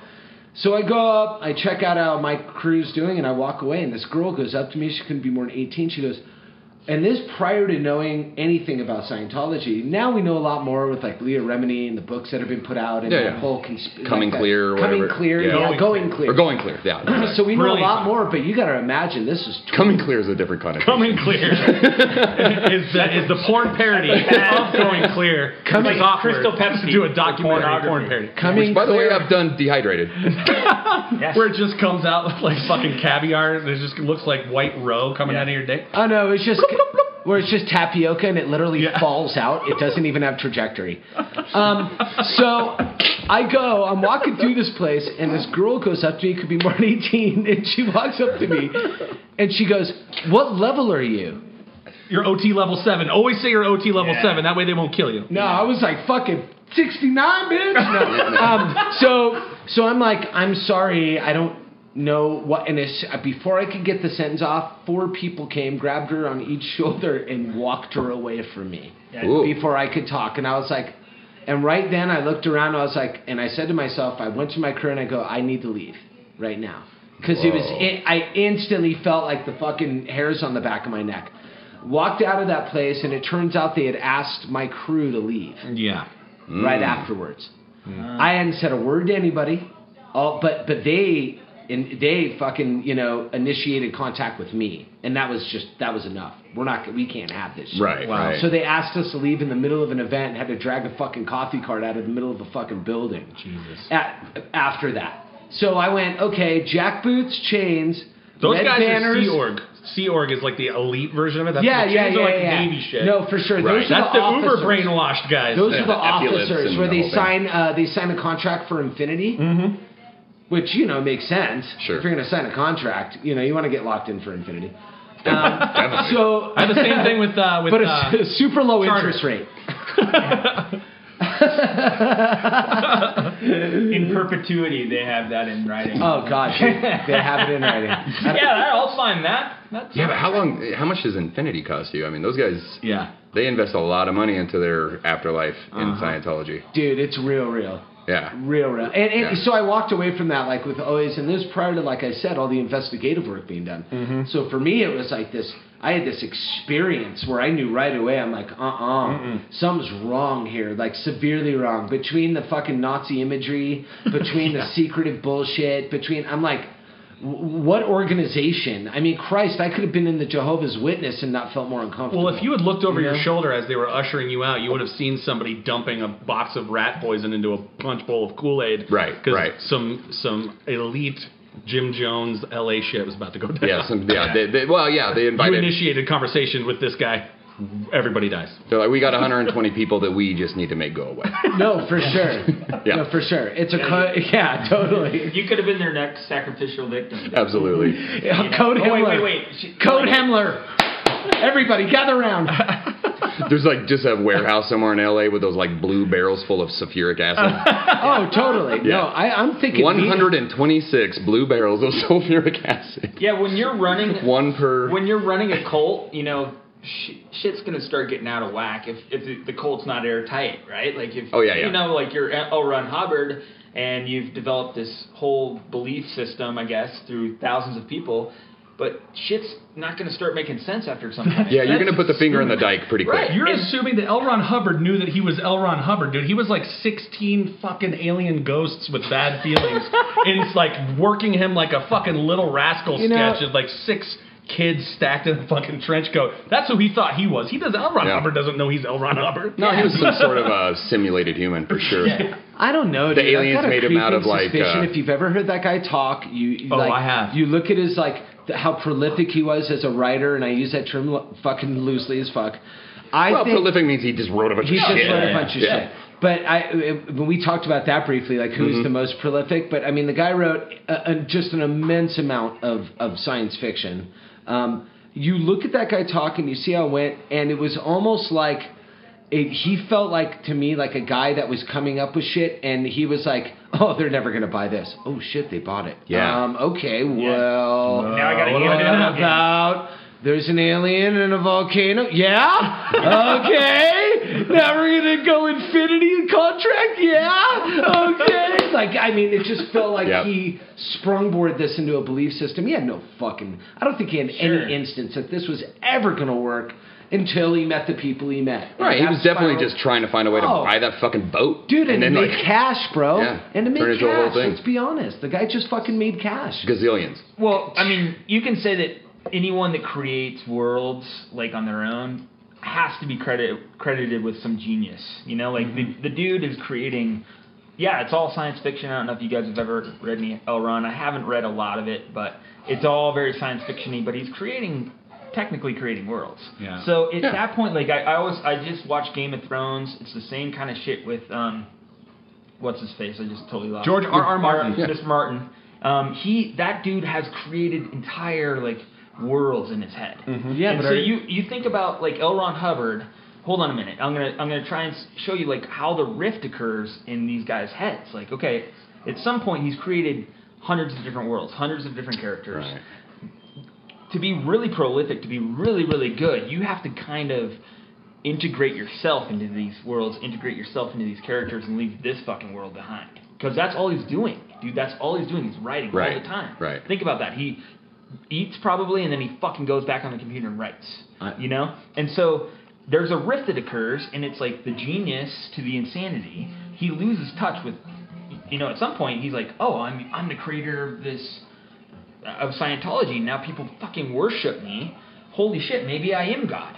So I go up, I check out how my crew's doing, and I walk away. And this girl goes up to me. She couldn't be more than 18. She goes, And this prior to knowing anything about Scientology. Now we know a lot more with like Leah Remini and the books that have been put out and Yeah, the yeah. whole consp- Coming like that- clear or coming whatever. clear, yeah, going clear. Or going clear, yeah. exactly. so we know Really a lot more, but you got to imagine this is Coming clear is a different kind of Coming clear is the is the porn parody of going clear. Coming- It's awkward Crystal to do a documentary porn parody. Which, by the way, I've done dehydrated. where it just comes out like fucking caviar. and It just looks like white roe coming out of your dick. Oh no, it's just where it's just tapioca and it literally falls out. It doesn't even have trajectory. Um, so I go, I'm walking through this place, and this girl goes up to me. Could be more than 18, and she walks up to me, and she goes, "What level are you?" Your OT level seven. Always say your OT level seven. That way they won't kill you. No, I was like fucking 69, bitch. No. um, so so I'm like, I'm sorry, I don't know what. And it's, uh, before I could get the sentence off, four people came, grabbed her on each shoulder, and walked her away from me Yeah. Ooh. before I could talk. And I was like, and right then I looked around, I was like, and I said to myself, I went to my crew and I go, I need to leave right now. Because it was, Whoa. it, I instantly felt like the fucking hairs on the back of my neck. Walked out of that place, and it turns out they had asked my crew to leave Yeah. right afterwards. I hadn't said a word to anybody, all, but but they and they fucking you know initiated contact with me, and that was just that was enough. We're not we can't have this. Shit. Right, Wow. right. So they asked us to leave in the middle of an event, and had to drag a fucking coffee cart out of the middle of a fucking building. Jesus. after that, so I went okay, jack boots, chains, Those red guys banners. are Sea Org. Sea Org is like the elite version of it. That's Yeah, the yeah, chains are yeah, like yeah. Navy shit. No, for sure. Those are That's the uber officers. brainwashed guys. Those are the officers where they sign uh, they sign a contract for infinity, which you know makes sense. Sure. If you're going to sign a contract, you know you want to get locked in for infinity. Um, so I have the same thing with uh, with but a uh, su- super low Charter. interest rate. in perpetuity, they have that in writing. Oh God, they they have it in writing. yeah, I'll sign that. That's Yeah, but how long? How much does Infinity cost you? I mean, those guys. Yeah. They invest a lot of money into their afterlife in Uh-huh. Scientology. Dude, it's real, real. Yeah. Real, real. And, and Yeah. so I walked away from that, like with always, and this prior to, like I said, all the investigative work being done. Mm-hmm. So for me, it was like this I had this experience where I knew right away, I'm like, uh uh something's wrong here, like severely wrong. Between the fucking Nazi imagery, between the secretive bullshit, between, I'm like, w- what organization? I mean, Christ, I could have been in the Jehovah's Witness and not felt more uncomfortable. Well, if you had looked over your Yeah. shoulder as they were ushering you out, you would have seen somebody dumping a box of rat poison into a punch bowl of Kool Aid. Right. Because right. some some elite Jim Jones LA shit was about to go down. Yeah, some- yeah, they- they- well, yeah, they invited- You initiated conversation with this guy. Everybody dies. They're like, we got 120 people that we just need to make go away. no, for sure. Yeah. No, for sure. It's a co- yeah, totally. You could have been their next sacrificial victim. Absolutely. Yeah, Code Oh, wait, wait, Hemler. wait. She- Code Hemler. Everybody, gather around. There's like just a warehouse somewhere in LA with those like blue barrels full of sulfuric acid. oh, totally. Yeah. No, I, I'm thinking. 126 blue barrels of sulfuric acid. Yeah, when you're running One per. when you're running a cult, you know, sh- shit's gonna start getting out of whack if if the, the cult's not airtight, right? Like if Oh, yeah, yeah. you know, like you're L. Ron Hubbard and you've developed this whole belief system, I guess, through thousands of people. But shit's not going to start making sense after some time. Yeah, you're gonna put the finger in the dike pretty quick. You're assuming that L. Ron Hubbard knew that he was L. Ron Hubbard, dude. He was like 16 fucking alien ghosts with bad feelings. and it's like working him like a fucking little rascal You know- sketch of like six kids stacked in a fucking trench coat. That's who he thought he was. He does L. Ron Yeah. Hubbard doesn't know he's L. Ron Hubbard. No, he was some sort of a simulated human for sure. I don't know. The dude. I've aliens got a made him out of, creeping like, suspicion. uh, if you've ever heard that guy talk, you, you Oh, like, I have. You look at his like th- how prolific he was as a writer, and I use that term lo- fucking loosely as fuck. I well, think prolific means he just wrote a bunch he of just shit. wrote a bunch of Yeah. shit. But I, when we talked about that briefly, like who's Mhm. the most prolific? But I mean, the guy wrote uh uh just an immense amount of of science fiction. Um, you look at that guy talk and you see how it went, and it was almost like it, he felt like to me like a guy that was coming up with shit, and he was like, "Oh, they're never gonna buy this. Oh shit, they bought it. Yeah. Um, okay, well, Now I gotta what hand it about out. about There's an alien and a volcano. Yeah? Okay. now we're going to go infinity contract. Yeah? Okay. Like, I mean, it just felt like Yep. he sprungboard this into a belief system. He had no fucking. I don't think he had any instance that this was ever going to work until he met the people he met. Right, he And was that definitely spiral- just trying to find a way to Oh. buy that fucking boat, Dude, and, to then make cash, bro. Yeah, and to turn it make into a whole cash. thing. Let's be honest. The guy just fucking made cash. gazillions. Well, I mean, you can say that anyone that creates worlds like on their own has to be credit credited with some genius. You know, like the the dude is creating. Yeah, it's all science fiction. I don't know if you guys have ever read any Elron. I haven't read a lot of it, uh, but it's all very science fictiony. But he's creating, technically creating worlds. Yeah. So at that point, like I, I always, I just watch Game of Thrones. It's the same kind of shit with um, what's his face? I just totally lost George R. R. Martin. Yeah. Mr. Martin. Um, he that dude has created entire like worlds in his head. Yeah, and but so are- you you think about like L. Ron Hubbard. Hold on a minute. I'm gonna I'm gonna try and s- show you like how the rift occurs in these guys' heads. Like okay, at some point he's created hundreds of different worlds, hundreds of different characters. To be really prolific, to be really really good, you have to kind of integrate yourself into these worlds, integrate yourself into these characters, and leave this fucking world behind. Because that's all he's doing, dude. That's all he's doing. He's writing all Right, the time. right. Think about that. He eats probably, and then he fucking goes back on the computer and writes. you know. And so there's a rift that occurs, and it's like the genius to the insanity. He loses touch with, you know. At some point, he's like, "Oh, I'm I'm the creator of this uh, of Scientology. Now people fucking worship me. Holy shit, maybe I am God.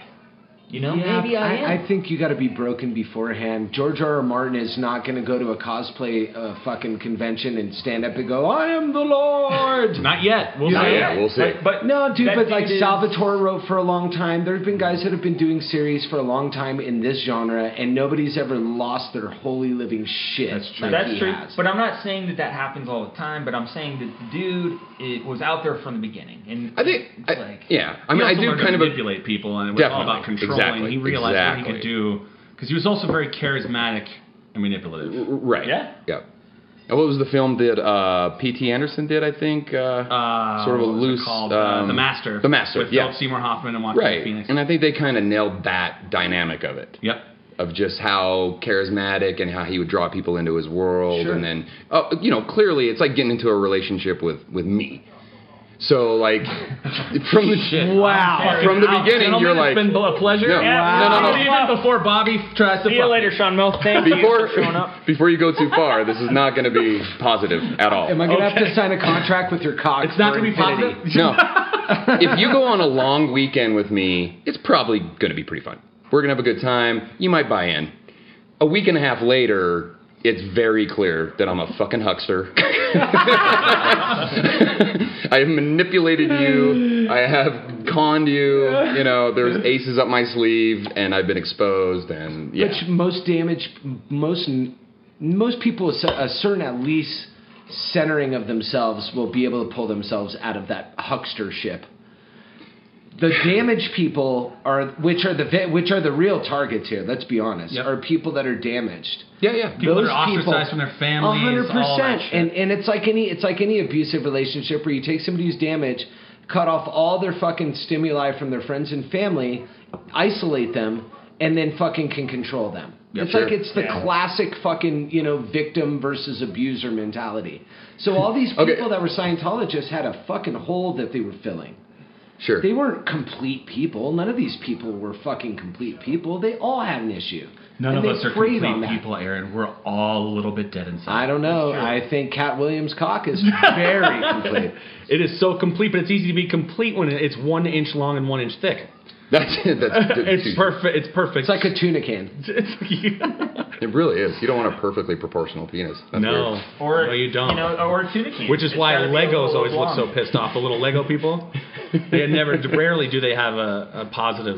You know, Yeah, maybe I, am." I, think you got to be broken beforehand. George R. R. Martin is not going to go to a cosplay uh, fucking convention and stand up and go, "I am the Lord." Not yet. We'll Not see. yet. We'll see. But, but no, dude. that But like dude is- Salvatore wrote for a long time. There have been guys that have been doing series for a long time in this genre, and nobody's ever lost their holy living shit. That's But that's true. But I'm not saying that that happens all the time. But I'm saying that the dude it was out there from the beginning. And I think, like, Yeah, I mean, I do kind of a- manipulate people, and it was all Definitely, about controlling. exactly, he realized what he could exactly. do because he was also very charismatic and manipulative. Right. Yeah. Yeah. And what was the film that uh, P.T. Anderson did? I think uh, sort of a what was it loose called? Uh, um, The Master. The Master. With yeah. Philip Seymour Hoffman and Joaquin right. Phoenix. And I think they kind of nailed that dynamic of it. Yep. Of just how charismatic and how he would draw people into his world, Sure. and then oh, you know, clearly it's like getting into a relationship with with me. So like from the Wow. from the beginning, you're like it's been a pleasure. No, no, no, no. Even before Bobby tries to. See you later, Sean Mill. Thank before before you go too far, this is not going to be positive at all. Am I gonna have to sign a contract with your cock? It's not gonna be positive. No. if you go on a long weekend with me, it's probably going to be pretty fun. We're going to have a good time. You might buy in. A week and a half later, it's very clear that I'm a fucking huckster. I have manipulated Hmm. you. I have conned you. You know, there's aces up my sleeve, and I've been exposed. And yeah, Which most damage, most most people with a certain at least centering of themselves will be able to pull themselves out of that huckster ship. The damaged people are, which are the vi- which are the real targets here. Let's be honest, are people that are damaged. Yeah, yeah. People that are ostracized from their families, hundred all that percent. shit. And and it's like any it's like any abusive relationship where you take somebody who's damaged, cut off all their fucking stimuli from their friends and family, isolate them, and then fucking can control them. Yeah, it's sure. like it's the Yeah. classic fucking you know victim versus abuser mentality. So all these people Okay. that were Scientologists had a fucking hole that they were filling. Sure. They weren't complete people. None of these people were fucking complete people. They all had an issue. None And of they us are preyed complete on that. people, Aaron. We're all a little bit dead inside. I don't know. I think Cat Williams' cock is very complete. It is so complete, but it's easy to be complete when it's one inch long and one inch thick. That's it. That's, it's perfect. It's perfect. It's like a tuna can. it really is. You don't want a perfectly proportional penis. That's No. weird. Or no, you don't. you know, or a tuna can. Which is It's why gotta be a Legos little always look so oblong. pissed off. The little Lego people. They never, rarely do they have a, a positive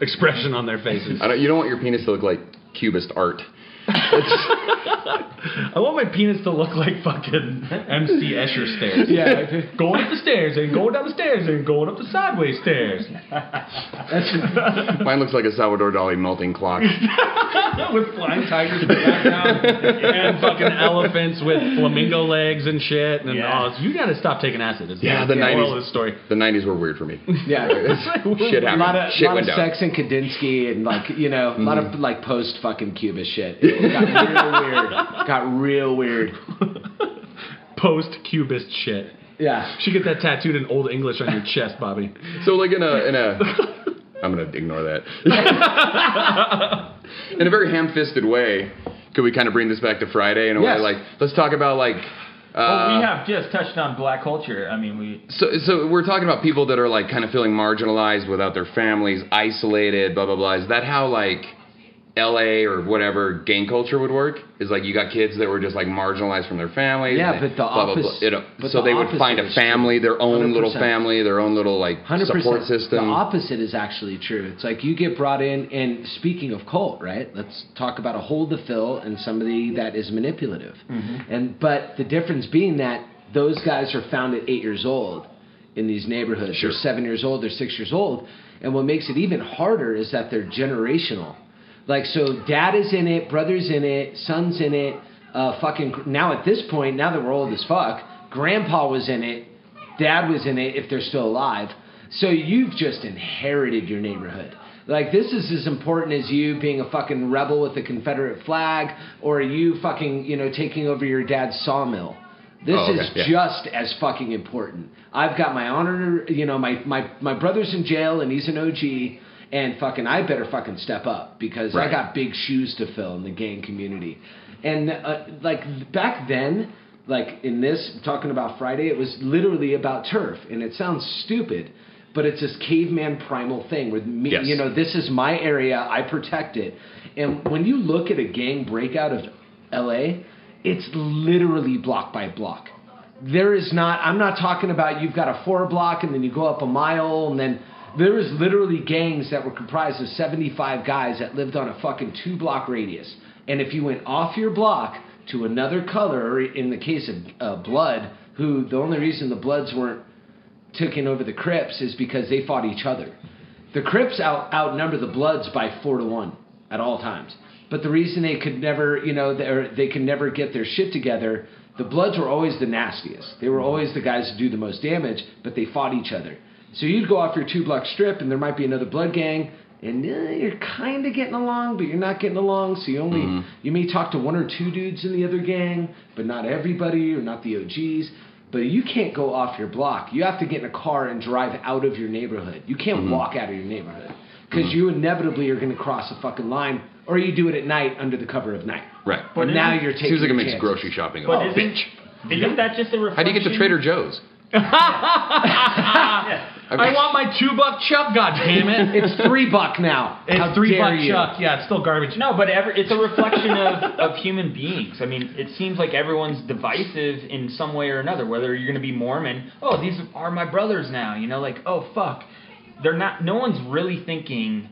expression on their faces. I don't, you don't want your penis to look like cubist art. It's, I want my penis to look like fucking MC Escher stairs. Yeah, going up the stairs and going down the stairs and going up the sideways stairs. Mine looks like a Salvador Dali melting clock. with flying tigers in the background and fucking elephants with flamingo legs and shit. And all this. you gotta stop taking acid. It's Yeah, the moral of nineties. the story. The nineties were weird for me. Yeah, Shit A happened. lot of, Shit lot went of down. Mm-hmm. sex and Kandinsky and like you know a lot of like post fucking Cuba shit. It got real weird. Got real weird. Post Cubist shit. Yeah. Should get that tattooed in old English on your chest, Bobby. So like in a in a I'm gonna ignore that. in a very ham fisted way, could we kind of bring this back to Friday in a Yes. way like let's talk about like uh, well, Oh, we have just touched on black culture. I mean, we So, so we're talking about people that are like kind of feeling marginalized without their families, isolated, blah blah blah. Is that how like L.A. or whatever gang culture would work? Is like you got kids that were just like marginalized from their families. Yeah, and but the opposite- You know, but so the they would opposite find a is true. family, their own little 100%. family, their own little like Hundred support percent. The system. opposite is actually true. It's like you get brought in, and speaking of cult, right? Let's talk about a hole to fill and somebody that is manipulative. Mm-hmm. And but the difference being that those guys are found at eight years old in these neighborhoods. They're seven years old. They're six years old. And what makes it even harder is that they're generational. Like so, dad is in it, brother's in it, son's in it. Uh, fucking now at this point, now that we're old as fuck, grandpa was in it, dad was in it if they're still alive. So you've just inherited your neighborhood. Like this is as important as you being a fucking rebel with the Confederate flag or you fucking, you know, taking over your dad's sawmill. This Oh, okay, is yeah. just as fucking important. I've got my honor, you know, my, my, my brother's in jail and he's an OG and fucking I better fucking step up because I Right. got big shoes to fill in the gang community. And uh, like back then, like in this talking about Friday, it was literally about turf and it sounds stupid, but it's this caveman primal thing with me, Yes. you know, this is my area, I protect it. And when you look at a gang breakout of LA, it's literally block by block. There is not, I'm not talking about you've got a four block and then you go up a mile and then there is literally gangs that were comprised of 75 guys that lived on a fucking two block radius. And if you went off your block to another color, or in the case of uh, Blood, who the only reason the Bloods weren't taking over the Crips is because they fought each other. The Crips out, outnumber the Bloods by four to one at all times. But the reason they could never, you know, they, or they could never get their shit together, the Bloods were always the nastiest. They were always the guys who do the most damage, but they fought each other. So you'd go off your two block strip, and there might be another Blood gang, and eh, you're kind of getting along, but you're not getting along. So you only Mhm. you may talk to one or two dudes in the other gang, but not everybody or not the OGs. But you can't go off your block. You have to get in a car and drive out of your neighborhood. You can't Mhm. walk out of your neighborhood because Mhm. you inevitably are going to cross a fucking line, or you do it at night under the cover of night. right. But now you're taking Seems like it makes chances. grocery shopping a But bitch. isn't- isn't that just a reflection? How do you get to Trader Joe's? I want my two buck chuck. God damn it! It's three buck now. It's How three dare buck you. chuck. Yeah, it's still garbage. No, but every, it's a reflection of, of human beings. I mean, it seems like everyone's divisive in some way or another. Whether you're going to be Mormon, oh, these are my brothers now. You know, like oh fuck, they're not. No one's really thinking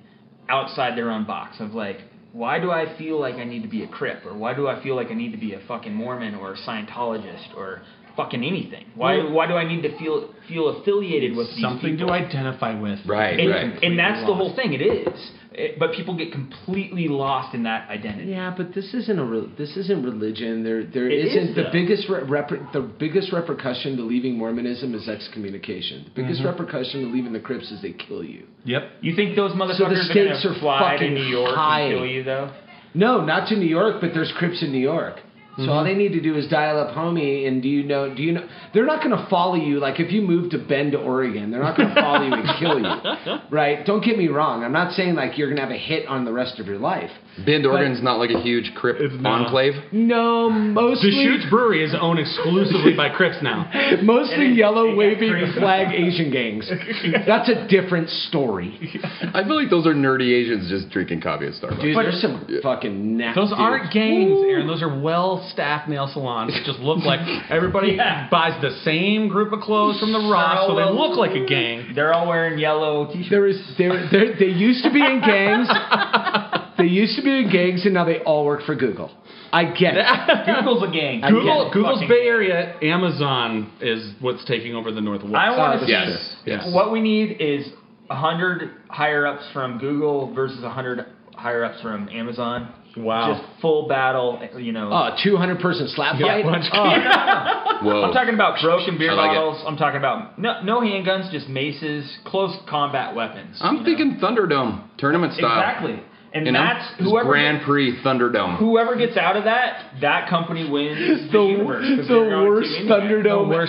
outside their own box of like, why do I feel like I need to be a Crip or why do I feel like I need to be a fucking Mormon or a Scientologist or fucking anything? Why Well- why do I need to feel feel affiliated with these Something people? to identify with. Right, and, and that's the whole thing. It is, It- but people get completely lost in that identity. Yeah, but this isn't a re- this isn't religion. There there It isn't is, the though. biggest re- repre- the biggest repercussion to leaving Mormonism is excommunication. The biggest Mhm. repercussion to leaving the Crips is they kill you. Yep. You think those motherfuckers So the stakes are are gonna fly to fucking New York high. and kill you though? No, not to New York, but there's Crips in New York. So Mm-hmm. all they need to do is dial up homie and do you know do you know they're not gonna follow you like if you move to Bend, Oregon, they're not gonna follow you and kill you. Right? Don't get me wrong. I'm not saying like you're gonna have a hit on the rest of your life. Bend, Oregon's not like a huge Crip enclave. No, mostly The Shoots Brewery is owned exclusively by Crips now. Mostly yellow waving crazy. flag Asian gangs. That's a different story. I feel like those are nerdy Asians just drinking coffee at Starbucks. Dude, there's some fucking nasty. Those aren't gangs, Aaron. Those are well-staffed nail salons. that just look like everybody buys the same group of clothes from the Ross, so they look like a gang. They're all wearing yellow t-shirts. There is there, there they used to be in gangs. They used to be in gangs, and now they all work for Google. I get it. Google's a gang. Google, Google's Bay Area, Amazon is what's taking over the Northwest. I want to see Yes. yes. what we need is hundred higher ups from Google versus hundred higher ups from Amazon. Wow. Just full battle, you know. Oh, 200 person slap Yeah, fight? bunch- Oh. Whoa. I'm talking about broken beer I like it. bottles. I'm talking about no, no handguns, just maces, close combat weapons. I'm thinking Thunderdome tournament style. Exactly. And You know? that's Just whoever- Grand Prix Thunderdome. Whoever gets out of that, that company wins the, universe. 'cause the they're going to worst anyway. Thunderdome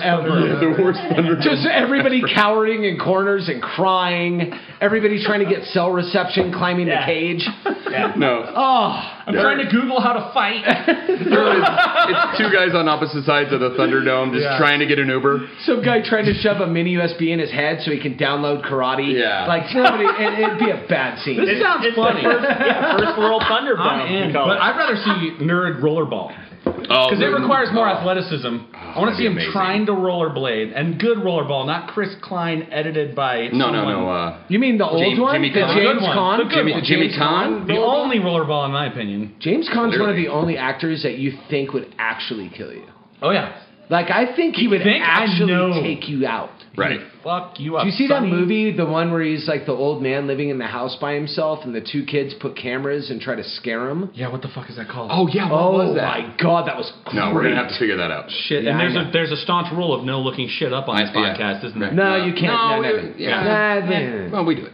ever. the worst Thunderdome. Just everybody cowering in corners and crying. Everybody trying to get cell reception, climbing the cage. No. Oh, I'm trying to Google how to fight. It's two guys on opposite sides of the Thunderdome just Yeah. trying to get an Uber. Some guy trying to shove a mini USB in his head so he can download karate. Yeah. Like somebody, it, it'd be a bad scene. This It's- sounds it's the funny. first- yeah, first world Thunderbomb. I'm in, but I'd rather see Nerd rollerball. Oh, Because it requires more athleticism. I want that'd to see be him amazing. trying to rollerblade and good rollerball, not Chris Klein edited by. No, no, someone. no. Uh, You mean the old Jim- one? Jimmy the Caan. James Good one. Caan? The good Jimmy- one. Jimmy Caan? The only rollerball, in my opinion. James Caan's one of Clearly. the only actors that you think would actually kill you. Oh yeah. Like I think he would think? I know. actually take you out. Right. Fuck you up. Do you see that sonny. movie, the one where he's like the old man living in the house by himself, and the two kids put cameras and try to scare him? Yeah, what the fuck is that called? Oh yeah, what oh was that? my god, that was great. No, we're gonna have to figure that out. Shit, Yeah, and there's I a there's a staunch rule of no looking shit up on this podcast, isn't there? No, you can't. No, No, no, we- no. yeah. Nah, Yeah. nah. Well, we do it.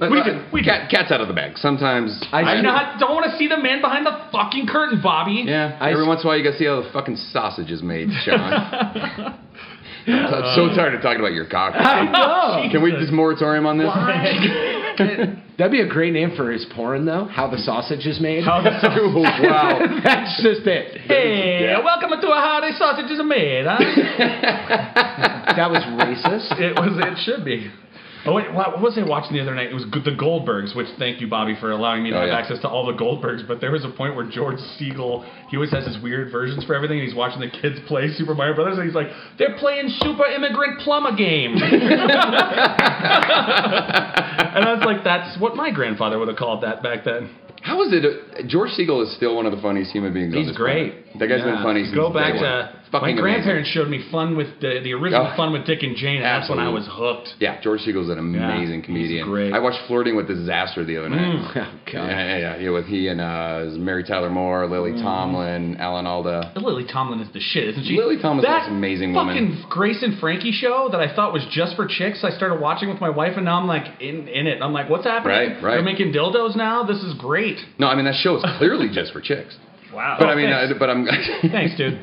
we do. We cat, cat's out of the bag. Sometimes I do not don't want to see the man behind the fucking curtain, Bobby. Yeah. every once in a while, you gotta see how the fucking sausage is made, Sean. I'm so tired of talking about your cock. I know. Can we just moratorium on this? That'd be a great name for his porn, though. How the sausage is made. How the sausage. wow. That's just it. Hey, Yeah. welcome to how the sausages are made, huh? that was racist. It was. It should be. Oh wait, what what was I watching the other night? It was the Goldbergs, which thank you, Bobby, for allowing me to Oh, have yeah. access to all the Goldbergs. But there was a point where George Siegel, he always has his weird versions for everything, and he's watching the kids play Super Mario Brothers, and he's like, "They're playing Super Immigrant Plumber Game," and I was like, "That's what my grandfather would have called that back then." How is it? uh, George Siegel is still one of the funniest human beings. on He's this great. Planet. That guy's Yeah. been funny since Go back day one. to It's my fucking amazing. grandparents showed me fun with the, the original Oh. fun with Dick and Jane, and that's when I was hooked. Yeah, George Siegel's an amazing comedian. great. I watched Flirting with Disaster the other night. Mm. Oh, yeah, yeah, yeah, yeah, with he and uh, Mary Tyler Moore, Lily Mm. Tomlin, Alan Alda. Lily Tomlin is the shit, isn't she? Lily Tomlin's this that amazing fucking woman. Grace and Frankie show that I thought was just for chicks. I started watching with my wife, and now I'm like in in it. I'm like, what's happening? Right, right. They're making dildos now. This is great. No, I mean that show is clearly just for chicks. Wow. But I mean, thanks. I, but I'm. Thanks, dude.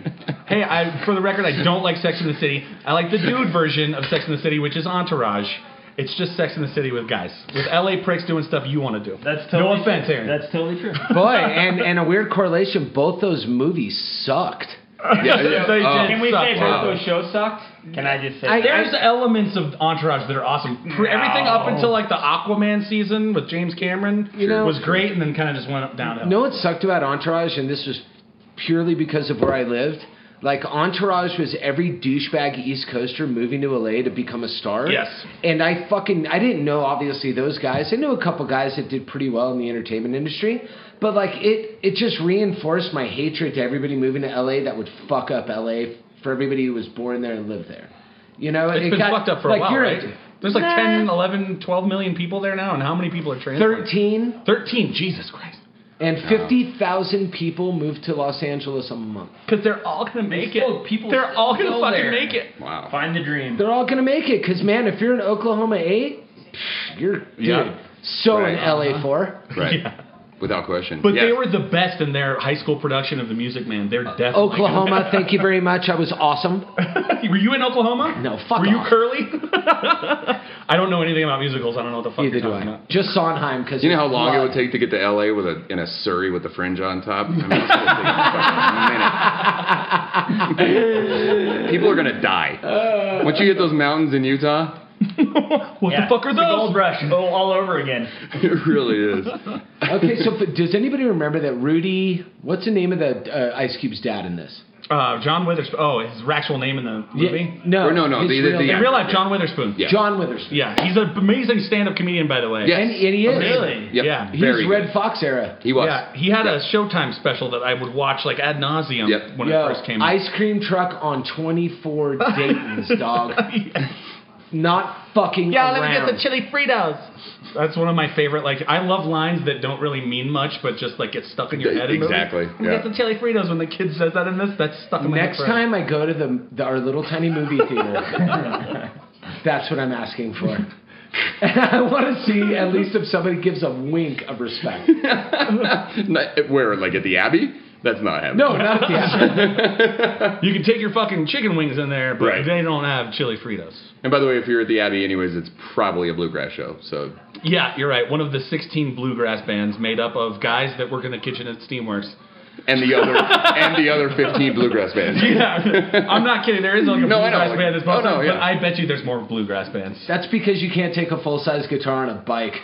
Hey, I for the record, I don't like Sex in the City. I like the dude version of Sex in the City, which is Entourage. It's just Sex in the City with guys, with LA pricks doing stuff you want to do. That's totally no offense, true. Aaron. That's totally true. Boy, and, and a weird correlation, both those movies sucked. Yeah, yeah. They Oh. did Can we suck. say Wow. both those shows sucked? Can I just say that? There's elements of Entourage that are awesome. Pr- Everything up No. until like the Aquaman season with James Cameron You know- was great, and then kind of just went up downhill. No, it sucked about Entourage, and this was purely because of where I lived. Like Entourage was every douchebag East Coaster moving to LA to become a star. Yes. And I fucking I didn't know obviously those guys. I knew a couple guys that did pretty well in the entertainment industry, but like it it just reinforced my hatred to everybody moving to LA that would fuck up LA for everybody who was born there and lived there. You know, It's it been got, fucked up for like, a while, you're right? There's like Nah. 10, 11, 12 million people there now, and how many people are trans? 13 13, Jesus Christ. and 50,000 people moved to Los Angeles a month. Because they're all going to make still- it. people they're all going to still fucking there. make it. Wow. Find the dream. They're all gonna make it, cause man, if you're in Oklahoma eight, psh, you're Yeah. dude, so in Right. Uh-huh. LA four. Right. Without question. But they Yes. were the best in their high school production of The Music Man. They're definitely. Uh, Oklahoma, thank you very much. I was awesome. were you in Oklahoma? No, fuck Were you off. curly? I don't know anything about musicals. I don't know what the fuck Neither you're do talking I. about. Just Sondheim, cause You know how long it love. would take to get to LA with a in a Surrey with the fringe on top? I mean, it's gonna take a fucking minute. People are gonna Uh. die once you hit those mountains in Utah. What Yeah. the fuck are It's the gold those? rush oh, all over again. It really is. okay, so but does anybody remember that Rudy? What's the name of the uh, Ice Cube's dad in this? Uh, John Witherspoon. Oh, his actual name in the Yeah, movie? no, Or no, no, his the- the- real the name. in real life, actor. John Witherspoon. Yeah. John Witherspoon. Yeah, he's an amazing stand-up comedian, by the way. Yes. And- and he is. Really? Yep, Yeah. He's very Red Fox era. He was. Yeah, he had a Showtime special that I would watch like ad nauseum when Yo, it first came out. ice cream truck on 24 Dayton's, dog. Not fucking Yeah, let me around. get the chili Fritos. That's one of my favorite. Like, I love lines that don't really mean much, but just like get stuck in your head. in movies. Exactly, Let me yeah. Get the chili Fritos when the kid says that in this. That's stuck in my Next head. time I go to the, the our little tiny movie theater, that's what I'm asking for. And I want to see at least if somebody gives a wink of respect. Not- Where, like at the Abbey? That's not happening. No, not at the you can take your fucking chicken wings in there, but Right. they don't have chili Fritos. And by the way, if you're at the Abbey, anyways, it's probably a bluegrass show. So Yeah, you're right. One of the 16 bluegrass bands made up of guys that work in the kitchen at Steamworks. and the other and the other 15 bluegrass bands. Yeah, I'm not kidding. There is like a No, I know, bluegrass like- band that's oh, no, but yeah. I bet you there's more bluegrass bands. That's because you can't take a full size guitar on a bike.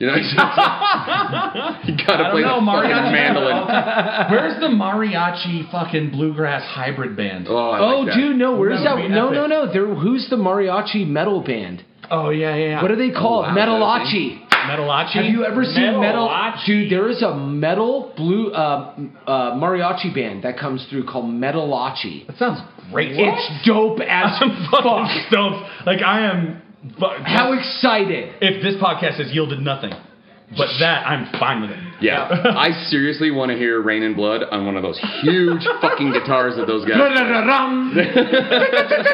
You know, you gotta I play the don't know, fucking mariachi. mandolin. Where's the mariachi fucking bluegrass hybrid band? Oh, oh, dude, no, where's That that? would be No, epic. no, no. There, who's the mariachi metal band? Oh yeah, yeah. yeah. What are they called? wow, Metalachi. Metalachi. Have you ever seen metal? Metalachi. Dude, there is a metal blue uh, uh, mariachi band that comes through called Metalachi. That sounds great. It's dope as fuck. Stoked. Like I am. But How excited! If this podcast has yielded nothing, but that I'm fine with it. Yeah, I seriously want to hear "Rain and Blood" on one of those huge fucking guitars that those guys.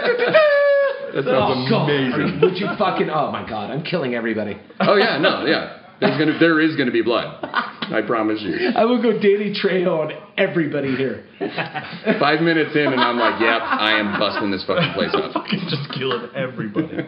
That Oh, sounds God. amazing. Would you fucking? Oh my god, I'm killing everybody. Oh yeah, no, yeah. There's gonna there is gonna be blood. I promise you. I will go Danny Trejo on everybody here. Five minutes in and I'm like, yep, I am busting this fucking place up. just killing everybody.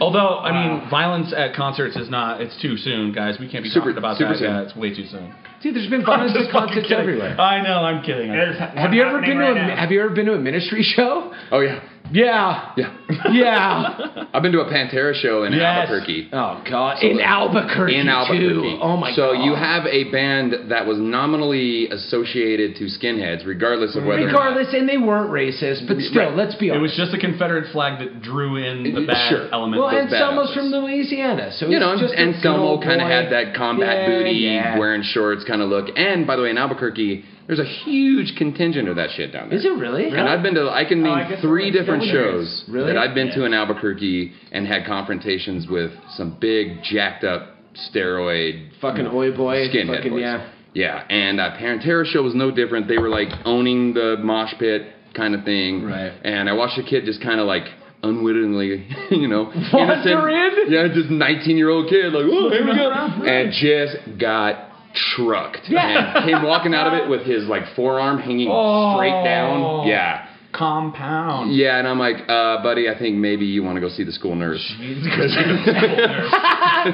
Although, I mean, violence at concerts is not, it's too soon, guys. We can't be Super- talking about super that. soon. Yeah, it's way too soon. Dude, there's been violence I'm just at fucking concerts kidding. everywhere. I know, I'm kidding. Have you ever been to a Have you ever been to a Ministry show? Oh yeah. Yeah. Yeah. Yeah. I've been to a Pantera show in Yes. Albuquerque. Oh god, in Albuquerque, In Albuquerque. too. Oh, my so God. you have a band that was nominally associated to skinheads, regardless of whether. Regardless, and they weren't racist, but still, Right. let's be honest. It was just a Confederate flag that drew in the Uh, bad sure. element. well, the and bad Selma's from Louisiana, so you it's know, just a and good Selmo old kind of boy. had that combat Yeah, booty, yeah. wearing shorts kind of look. And by the way, in Albuquerque, there's a huge contingent of that shit down there. Is it really? Oh, And I've been to, I can name I guess three it's different really shows serious. Really? that I've been to Yeah. in Albuquerque and had confrontations with some big, jacked up, steroid, Fucking oi boy, skinhead fucking boys. yeah. Yeah, and uh, Pantera show was no different. They were like owning the mosh pit kind of thing. Right. And I watched a kid just kind of like unwittingly, you know, Wander innocent. Yeah, just 19 year old kid like, oh, here we go, Right. and just got trucked. Yeah. And came walking out of it with his like forearm hanging straight down. Oh. Yeah. Compound. Yeah, and I'm like, uh, buddy, I think maybe you want to go see the school nurse.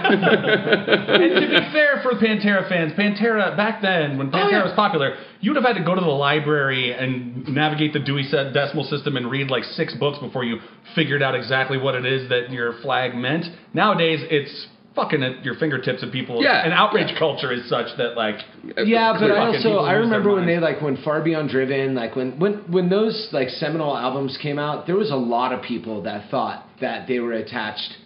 and to be fair for Pantera fans, Pantera back then Oh, when Pantera was popular, you would have had to go to the library and navigate the Dewey Set Decimal System and read like six books before you figured out exactly what it is that your flag meant. Nowadays, it's fucking at your fingertips of people. Yeah. And outrage culture is such that like. Yeah, but I also fucking people I lose their remember when minds. they like when Far Beyond Driven, like when when when those like seminal albums came out, there was a lot of people that thought that they were attached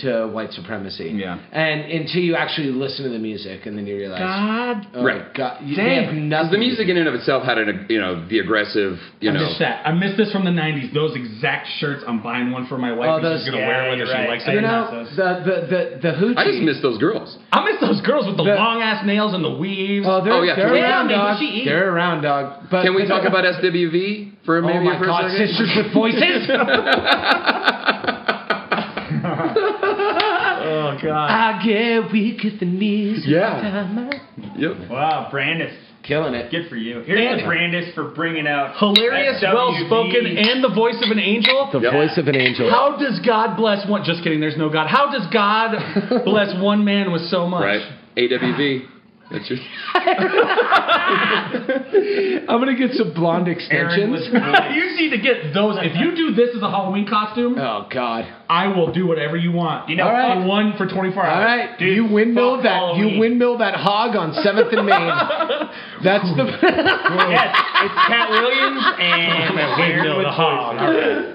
to white supremacy. Yeah. And until you actually listen to the music, and then you realize, God, oh, Right. God, you, they have nothing. The music in and of itself had an, you know, the aggressive, you I know. miss that. I miss this from the '90s. Those exact shirts. I'm buying one for my wife. Oh, and those she's gonna wear it whether she likes it You or not. know, the the the the I hoochie. just miss those girls. I miss those girls with the, long ass nails and the weaves. Oh, they're, they're around, dog. She eats. They're around, dog. But Can we talk about SWV for maybe Oh my for God, a second? sisters with voices. oh God. I get weak at the knees. Yeah. Yep. Wow, Brandis. Killing it. Good for you. Here's And- to Brandis for bringing out Hilarious, that well spoken, WB. and the voice of an angel. The voice of an angel. How does God bless one? Just kidding. There's no God. How does God bless one man with so much? Right. AWV. That's your. I'm gonna get some blonde extensions. you need to get those. If you do this as a Halloween costume, oh god, I will do whatever you want. You know, All right. fuck one for 24 hours. All right, you windmill that you windmill that hog on Seventh and Main. That's the yes, it's Cat Williams and Man, windmill the hog. All right.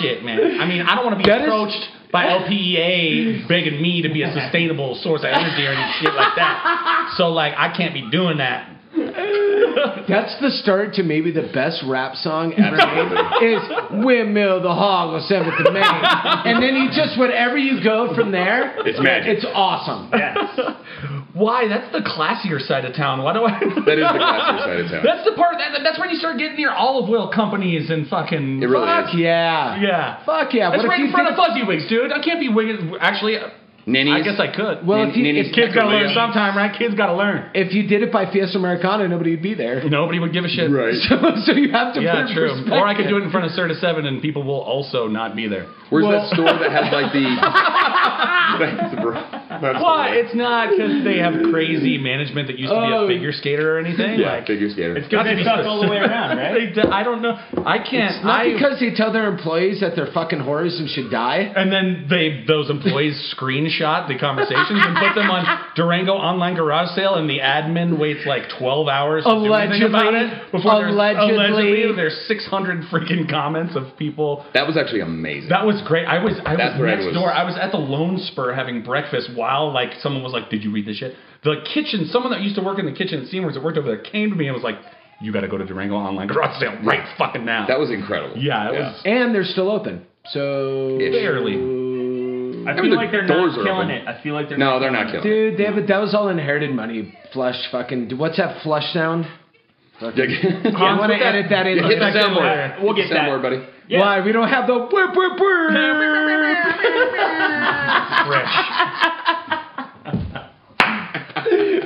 Shit, man. I mean, I don't want to be approached by LPEA begging me to be a sustainable source of energy or any shit like that. So like, I can't be doing that. That's the start to maybe the best rap song ever made. is Windmill the Hog on Seventh and Main, and then you just whatever you go from there. It's magic. It's awesome. Why? That's the classier side of town. Why do I? That is the classier side of town. That's the part. That, that's when you start getting your olive oil companies and fucking. It really fuck is. Yeah. Yeah. Fuck yeah. That's What if right you in front think- of Fuzzy Wigs, dude. I can't be wigging. Actually, Ninnies. I guess I could. Well, if you- Ninnies if- kids gotta technically, learn yeah. sometime, right? Kids gotta learn. If you did it by Fiesta Americana, nobody would be there. Nobody would give a shit. Right. So, so you have to. Yeah, put it in true. Or I perspective. could do it in front of Serta Seven, and people will also not be there. Where's that store that has like the? That's bro- that's the Why? one. It's not because they have crazy management that used to be Oh. a figure skater or anything. Yeah, like, figure skater. It's because they suck all the way around, right? they, d- I don't know. I can't. It's not I, because they tell their employees that they're fucking whores and should die. And then they those employees screenshot the conversations and put them on Durango online garage sale, and the admin waits like twelve hours to do anything about Allegedly. it before there's- Allegedly. allegedly there's six hundred freaking comments of people. That was actually amazing. That was great. I was I That's was where I next was- door. I was at the Lone Spur having breakfast while like someone was like, "Did you read this shit?" The kitchen. Someone that used to work in the kitchen at Seymour's that worked over there came to me and was like, "You got to go to Durango online garage sale right fucking now." That was incredible. yeah, it was And they're still open. So barely. I mean, feel the like they're doors not are killing open. it. I feel like they're No, not they're not killing. Dude, they, but that was all inherited money. Flush fucking. What's that flush sound? it. I want to edit that in. Yeah, hit the soundboard. We'll Hit get the that. soundboard, buddy. Why we don't have the whip whip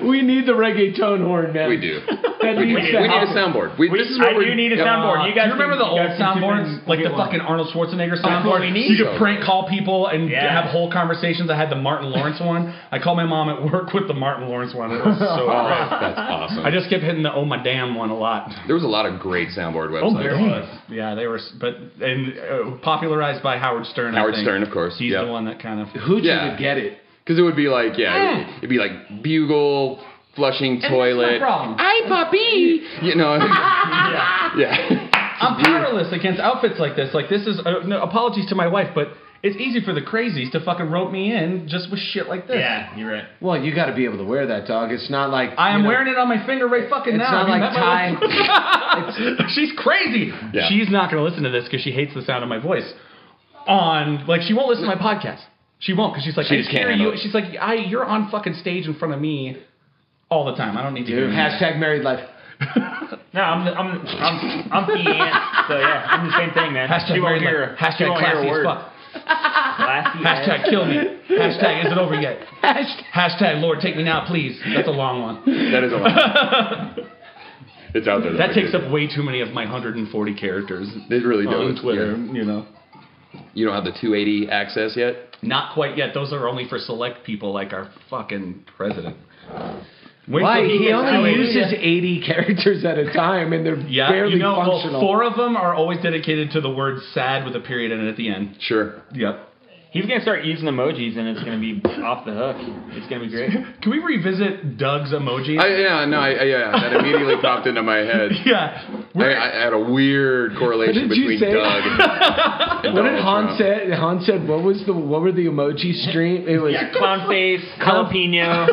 We need the reggaeton horn, man. We do. That We, do. we needs need to a happen. soundboard. We, this is what I we're, do need a Yep. soundboard. You guys Do you remember can- the you old guys can tune in. soundboards, like We'll the get fucking Arnold Schwarzenegger That's what soundboard? we need. You could prank call people and Yeah. have whole conversations. I had the Martin Lawrence one. I called my mom at work with the Martin Lawrence one. It was so great. That's awesome. I just kept hitting the "Oh my damn" one a lot. there was a lot of great oh, soundboard websites. Yeah, they were, s- but and uh, popularized by Howard Stern. I Howard think. Stern, of course, He's yeah. the one that kind of. Who'd you Yeah. would get it? Because it would be like, yeah, it'd- it'd be like bugle, flushing toilet. problem. Hi, puppy. You know, yeah. I'm powerless against outfits like this. Like this is uh, no apologies to my wife, but it's easy for the crazies to fucking rope me in just with shit like this. Yeah, you're right. Well, you got to be able to wear that, dog. It's not like I am you know- wearing it on my finger right fucking It's now. not like Have you met my Thai. wife? She's crazy. Yeah. She's not going to listen to this because she hates the sound of my voice. On like she won't listen to my podcast. She won't because she's like She I just can't hear handle you. it. She's like I you're on fucking stage in front of me all the time. I don't need to. Dude, hear you. hashtag married life. No, I'm the- I'm I'm I'm the ant. So yeah, I'm the same thing, man. Hashtag She won't married life. hear- she Hashtag won't hear a classy as word. fuck. Classy as- Hashtag kill me. Hashtag is it over yet? Hashtag Lord take me now please. That's a long one. That is a lot. it's out there. though. That takes up way too many of my 140 characters It really on does. Twitter. yeah. You know. You don't have the 280 access yet. Not quite yet. Those are only for select people like our fucking president. Wait Why? till he He gets only out. uses 80 characters at a time, and they're Yeah, barely you know, well, functional. four of them are always dedicated to the word sad with a period in it at the end. Sure. Yep. He's gonna start using emojis, and it's gonna be off the hook. It's gonna be great. Can we revisit Doug's emoji? I, yeah. No. I, I- yeah. That immediately popped into my head. yeah. I, I had a weird correlation What did you between say? Doug and, and What Donald did Han Trump. said? Han said, "What was the? What were the emoji stream? It was Yeah, clown face, jalapeno,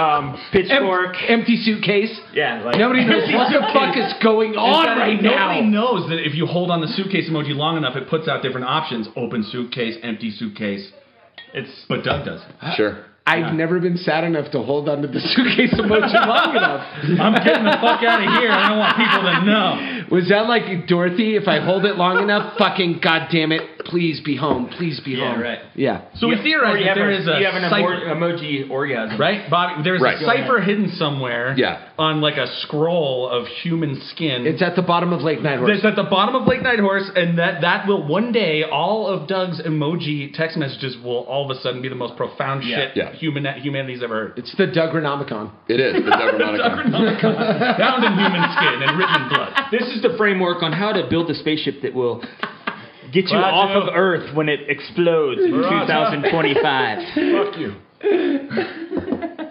um, em- pitchfork. empty suitcase. yeah, like Nobody knows what the fuck is going Is on that- right now. nobody knows that if you hold on the suitcase emoji long enough, it puts out different options: open suitcase, empty suitcase. It's but Doug does. Sure. I've never been sad enough to hold onto the suitcase emoji long enough. I'm getting the fuck out of here. I don't want people to know. Was that like Dorothy? If I hold it long enough, fucking goddamn it, please be home, please be Yeah, home. right. Yeah. So we theorize Or you that have there a- is a you have an cipher- emor- emoji orgasm, Right, Bobby. There's Right. a cipher hidden somewhere. Yeah. On like a scroll of human skin. It's at the bottom of Lake Night It's at the bottom of Lake Night Horse, and that that will one day all of Doug's emoji text messages will all of a sudden be the most profound Yeah. shit Yeah. human humanity's ever heard. It's the Dougrenomicon. It is the Dougrenomicon. Bound in human skin and written in blood. This is the framework on how to build a spaceship that will get you Roger. off of Earth when it explodes in 2025. Fuck you.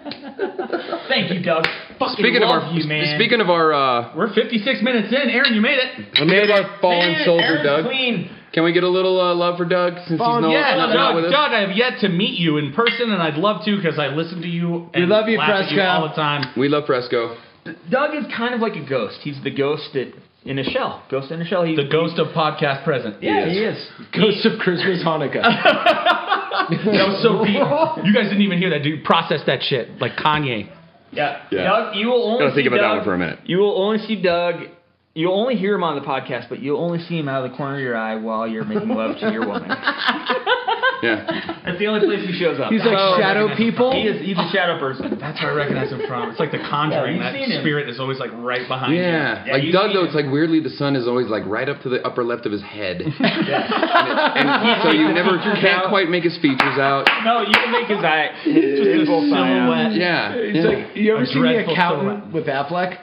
Thank you, Doug. Fucking Speaking of love our, you, man. speaking of our, uh, we're 56 minutes in. Aaron, you made it. I made our fallen Man, soldier, Aaron's Doug. clean. Can we get a little uh, love for Doug since Oh, he's no, yeah, not, Doug, not with us? Doug, I have yet to meet you in person, and I'd love to because I listen to you and love you, laugh at you Fresco. all the time. We love Fresco. Doug is kind of like a ghost. He's the ghost that in a shell. Ghost in a shell. He, the ghost of podcast present. Yeah, He he is. is. Ghost of Christmas Hanukkah. that was so deep. You guys didn't even hear that, dude. Process that shit, like Kanye. Yeah. Yeah. Doug, you will only Gotta think see about that Doug- one for a minute. You will only see Doug. You'll only hear him on the podcast, but you'll only see him out of the corner of your eye while you're making love to your woman. yeah. That's the only place he shows up. He's like shadow people? He is. He's a shadow person. That's where I recognize him from. It's like the Conjuring. Yeah, you've seen that him. spirit is always like right behind you. Yeah. like you Doug, see though, it's like weirdly the sun is always like right up to the upper left of his head. him. and so you never can't quite make his features out. No, you can make his eye. Just a silhouette. Yeah. yeah. It's like you A ever seen the dreadful accountant with Affleck,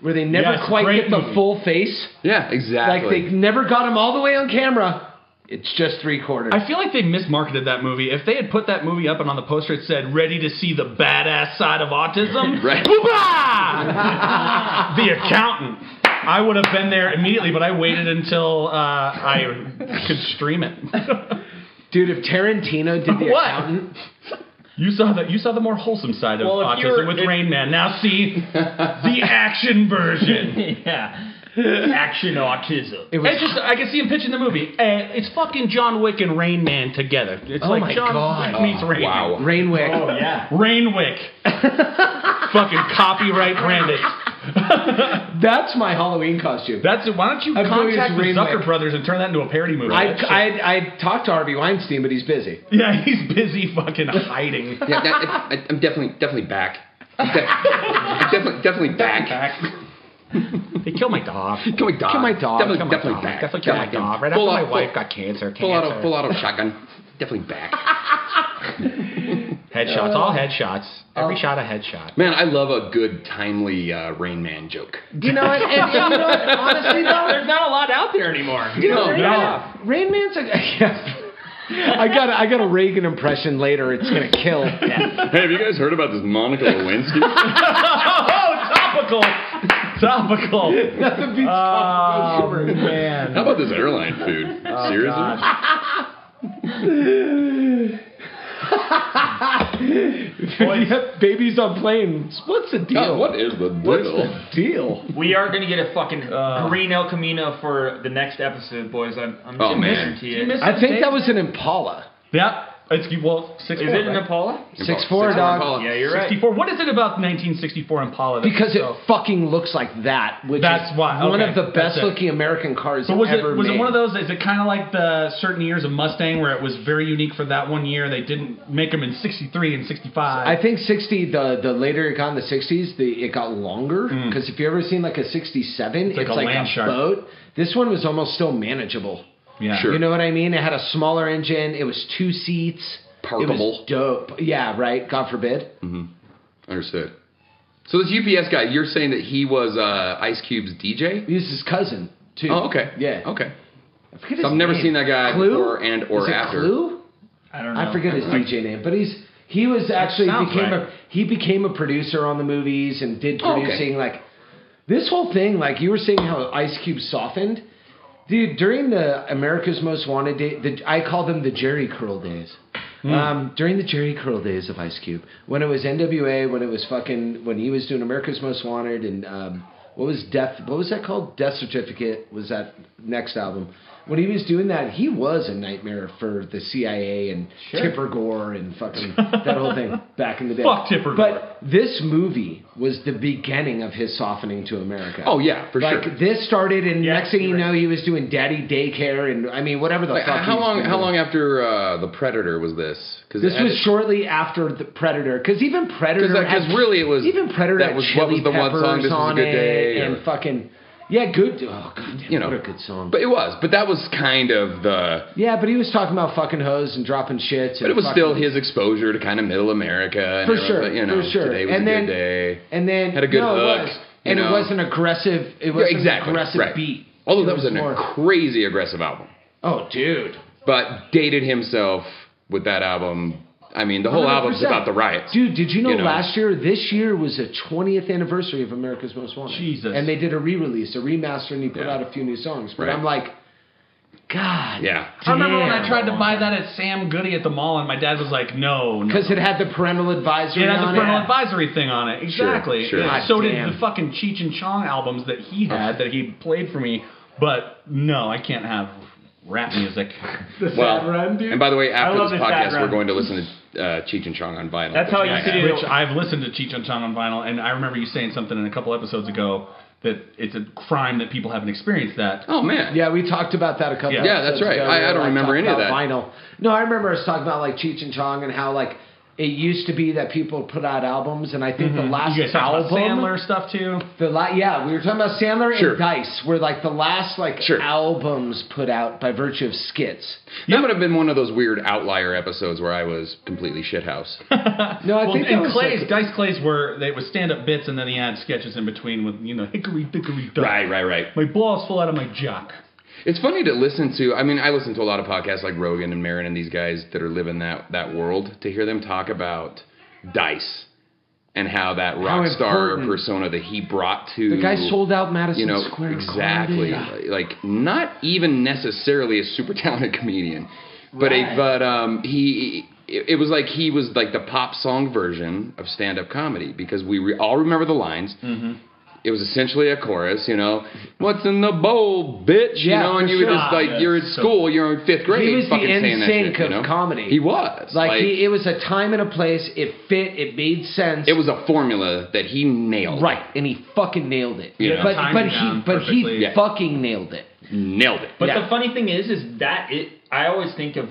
where they never Yes, quite great get the movie. full face. Yeah, exactly. Like they never got him all the way on camera. It's just three quarters. I feel like they mismarketed that movie. If they had put that movie up and on the poster it said "Ready to see the badass side of autism," Right. Poobah! the accountant. I would have been there immediately, but I waited until uh, I could stream it. Dude, if Tarantino did the What? accountant, You saw the you saw the more wholesome side of Well, if you autism were- with if- Rain Man. Now see the action version. yeah. Action autism. It was, it's just I can see him pitching the movie. Uh, it's fucking John Wick and Rain Man together. It's Oh like my John God. Wick meets Oh, Rain. wow. Rain Wick. Oh, yeah. Rain Wick. fucking copyright branded. that's my Halloween costume. That's it. Why don't you I'm going as contact the Rain Zucker Wick. brothers and turn that into a parody movie? I, That shit- I, I talked to Harvey Weinstein, but he's busy. yeah, he's busy fucking hiding. yeah, that, I, I'm definitely definitely back. I'm definitely definitely back. They killed my dog. Kill my dog. Kill my dog. Definitely, Kill my definitely dog. back. Definitely kill my Goddamn. dog. Right Full after auto- my wife full- got cancer. Full cancer. auto, full auto shotgun. Definitely back. Headshots. all headshots. Every shot a headshot. Man, I love a good timely uh, Rain Man joke. You know, and, and you know, what? honestly though, there's not a lot out there anymore. You know, No, Rain, no. Rain Man's like, I got, a, I got a Reagan impression later. It's gonna kill. Hey, have you guys heard about this Monica Lewinsky? Oh, topical. Topical. Nothing beats oh, man. How about this airline food? Oh, Seriously? uh, Yep, babies on planes. What's the deal? God, what is the deal? What's the deal? We are gonna get a fucking Oh, green El Camino for the next episode, boys. I'm, I'm Oh, just man. mentioning to you. I think that was an Impala. Yep. It's well six. Is it an Impala? Six four dog. Yeah, you're right. 64. What is it about 1964 Impala? that- Because it so- fucking looks like that, which That's is why, one okay, of the that's best it. looking American cars But was it ever was made. it one of those? Is it kind of like the certain years of Mustang where it was very unique for that one year? They didn't make them in '63 and '65. I think sixty the the later it got in the sixties, the it got longer because if you ever seen like a sixty seven, it's Mm. like like, a a, land shark. boat. This one was almost still manageable. Yeah. you know what I mean. It had a smaller engine. It was two seats. It was Parkable. dope. Yeah, right. God forbid. Mm-hmm. Understood. So this UPS guy, you're saying that he was uh, Ice Cube's DJ? He's his cousin too. Oh, okay. Yeah. Okay. I forget So his I've never name. seen that guy Clue? before and or Is it after. Clue? I don't I forget his Like, DJ name, but he's he was actually sounds became right. a he became a producer on the movies and did Oh, okay. producing like this whole thing. Like you were saying, how Ice Cube softened, dude. During the America's Most Wanted day, the, I call them the Jerry Curl days. Um, during the Jerry Curl days of Ice Cube, when it was NWA, when it was fucking, when he was doing America's Most Wanted, and um, what was Death? What was that called? Death Certificate was that next album? when he was doing that, he was a nightmare for the CIA and Sure. Tipper Gore and fucking that whole thing back in the day. Fuck Tipper But this movie was the beginning of his softening to America. Oh, yeah, for like, sure. This started, and next thing you know, he was doing daddy daycare and I mean whatever the Like, fuck. how he's long? been How long doing. after uh, the Predator was this? Because This was shortly after the Predator, because even Predator, because uh, really it was even Predator That had was what Chili was the one song. Peppers This was on a good it day. and or- fucking yeah, good. Oh god, you know, what a good song. But it was. But that was kind of the. Yeah, but he was talking about fucking hoes and dropping shits. And But it was fucking- still his exposure to kind of middle America. And For everything, sure, but, you know, for sure. Today was And a then- good day. And then Had a good no, It hook, was, you and know. it wasn't aggressive. It was yeah, exactly. an aggressive right. beat. Although It that was, was a more- crazy aggressive album. Oh, dude. But dated himself with that album. I mean, the whole album's 100%. about the riots. Dude, did you know, You know. last year, this year was the 20th anniversary of America's Most Wanted? Jesus. And they did a re-release, a remaster, and he put out a few new songs. But Right. I'm like, God. Yeah. I remember when I Damn. tried to buy that at Sam Goody at the mall, and my dad was like, "No, no." Because no. it had the parental advisory It had the on parental it. advisory thing on it. Sure, Exactly. sure. And God so damn. did the fucking Cheech and Chong albums that he had that he played for me. But no, I can't have rap music. well, and by the way, after this podcast, we're to. going to listen to uh, Cheech and Chong on vinyl. That's how you do. Which I've listened to Cheech and Chong on vinyl, and I remember you saying something in a couple episodes ago that it's a crime that people haven't experienced that. Oh man. Yeah, we talked about that a couple. Yeah. Yeah, episodes that's right. ago. I- We I were, don't remember talking any of about that. Vinyl. No, I remember us talking about like Cheech and Chong and how like it used to be that people put out albums, and I think the Mm-hmm. Mhm. last you guys talked album about Sandler stuff too. The la- yeah, we were talking about Sandler Sure. and Dice were like the last like albums put out by virtue of skits. That would have been one of those weird outlier episodes where I was completely shithouse. No, I well, think that and was Clay's like- Dice Clay's were they would stand up bits and then he had sketches in between with you know hickory dickory dock. Right, right, right. My balls fall out of my jock. It's funny to listen to. I mean, I listen to a lot of podcasts like Rogan and Marin and these guys that are living that that world. To hear them talk about Dice and how that How rock star important. persona that he brought to The guy sold out Madison you know, Square. Garden. exactly. Like not even necessarily a super talented comedian, but Right. a, but um he. It it was like he was like the pop song version of stand-up comedy because we re- all remember the lines. Mm-hmm. It was essentially a chorus, you know. What's in the bowl, "Oh, bitch? You Yeah, know, and for you were sure. just like, Ah, you're in that's so- school, you're in fifth grade, He was the fucking saying that shit, NSYNC you of know? comedy. He was Like, like, he, it was a time and a place. It fit. It made sense. it was a formula that he nailed. Right, and he fucking nailed it. You know? But Timed but it he down but he perfectly. Yeah. fucking nailed it. Nailed it. But Yeah. the funny thing is, is that it. I always think of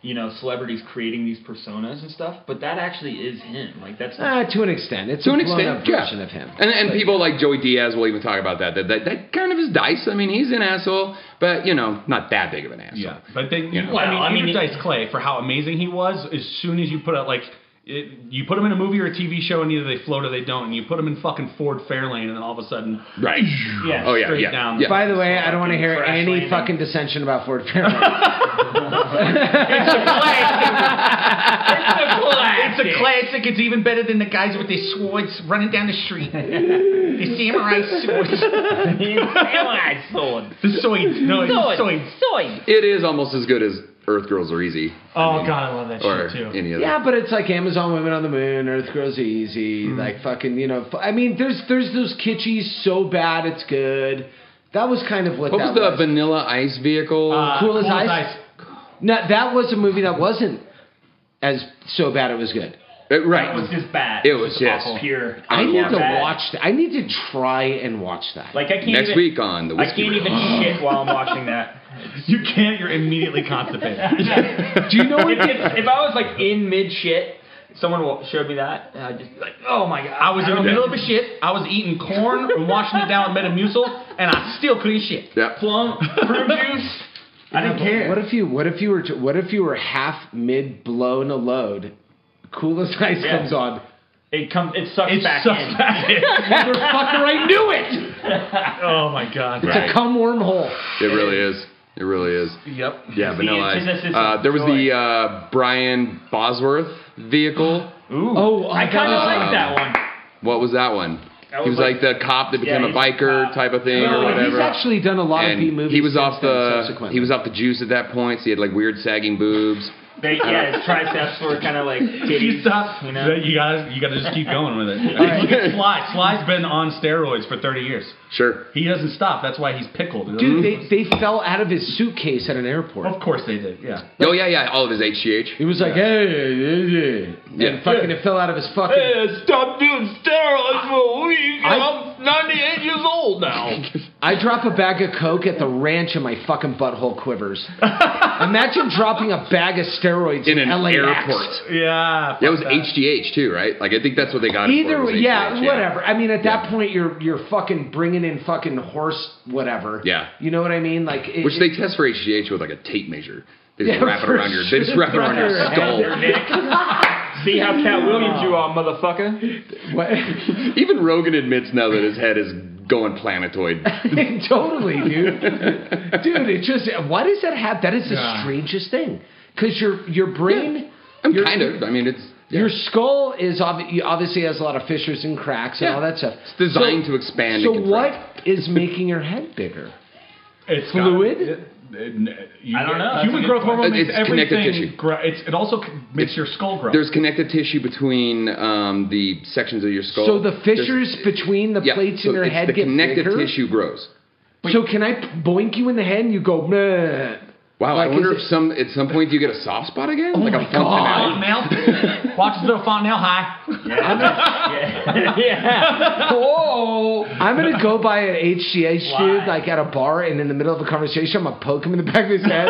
you know celebrities creating these personas and stuff, but that actually is him. Like that's Uh, to an extent, it's to a an blown extent, up yeah. version of him. And, and But- people like Joey Diaz will even talk about that. That, that. that kind of is dice. I mean, he's an asshole, but, you know, not that big of an asshole. Yeah, but they, You know. well, I mean, Well, I mean, Peter Dice Clay for how amazing he was. As soon as you put out like, it, you put him in a movie or a TV show, and either they float or they don't. And you put him in fucking Ford Fairlane, and then all of a sudden, right? Yeah, Oh, yeah, straight yeah, down. yeah. By the way, I don't want to hear Crash any landing. fucking dissension about Ford Fairlane. It's a classic. It's even better than the guys with their swords running down the street. the samurai swords. samurai sword. The soids. No, it's Soid. soids. Soid. It is almost as good as Earth Girls Are Easy. Oh, God, I love that or shit, too. any other. Yeah, but it's like Amazon Women on the Moon, Earth Grows Easy, Mm-hmm. like fucking, you know. fu- I mean, there's there's those kitschies so bad it's good. That was kind of what, What that was the Vanilla Ice vehicle? cool as ice. No, that was a movie that wasn't as so bad it was good. Uh, That right. was just bad. It It was was just- awful. pure. I need to bad. watch that. I need to try and watch that. Like I can't. Next even, week on the I Whiskey can't Room. even shit while I'm watching that. You can't. You're immediately constipated. Do you know if, it's, if I was like in mid shit, someone wa- showed me that, and I'd just be like, oh my god. I was in the don't middle know. of a shit. I was eating corn and washing it down with Metamucil, and I still couldn't shit. Yeah. Plum, prune juice. I didn't Yeah, but care. What if you what if you were to, what if you were half mid blown a load? Cool as ice Yeah. comes on. It comes. Um, It sucks back in. Motherfucker, I knew it. oh my god. It's Right. a cum wormhole. It really is. It really is. Yep. Yeah, The Vanilla Ice. antithesis Uh, of there was the uh, Brian Bosworth vehicle. Ooh. Oh, I kind of like that one. What was that one? That he was was like, the cop that Yeah, he's became a a biker type of thing or No, whatever. he's actually done a lot of And B movies. He was off then, the subsequently. he was off the juice at that point. So he had like weird sagging boobs. They, yeah, his triceps were kind of like You titties. stop. You You, know? gotta, you gotta just keep going with it. All right. Look at Sly. Sly's been on steroids for 30 years. Sure. He doesn't stop. That's why he's pickled. Mm-hmm. Dude, they, they fell out of his suitcase at an airport. Of course they did. Yeah. Oh yeah, yeah. All of his HGH. He was like, hey, hey, hey. Yeah. and fucking it fell out of his fucking. stop doing steroids for a week. I, am 98 years old now. I drop a bag of coke at the ranch and my fucking butthole quivers. Imagine dropping a bag of steroids in, in an LAX. airport. Yeah. That was HGH too, right? Like I think that's what they got. it for, Either was way, yeah, HGH, whatever. I mean, at that point, you're you're fucking bringing in fucking horse whatever. Yeah. You know what I mean? Like, it- Which it- they test for HGH with like a tape measure. They just Yeah, wrap it for around your. They just wrap it around your sure. skull. See how Cat Williams you are, motherfucker. Even Rogan admits now that his head is going planetoid. totally, dude. dude, it just why does that happen? That is the Yeah. strangest thing because your your brain. your- kind of. I mean, it's Your skull is obvi- obviously has a lot of fissures and cracks and all that stuff. It's designed to expand So and what is making your head bigger? It's fluid. You, I don't know. That's a Human good growth point. hormone It's makes connective everything. tissue. Grow, it's, it also c- makes your skull grow. There's connective tissue between um, the sections of your skull. so the There's- fissures between the yeah, plates so in your it's head the get connective bigger. tissue grows. So can I p- boink you in the head and you go? Meh. Wow, Like, I wonder is if some at some point do you get a soft spot again? Oh like a God. functionality. Fontanelle. Watch the Fontanelle high. Yeah. Oh. I'm gonna go by an HGH dude like at a bar and in the middle of a conversation I'm gonna poke him in the back of his head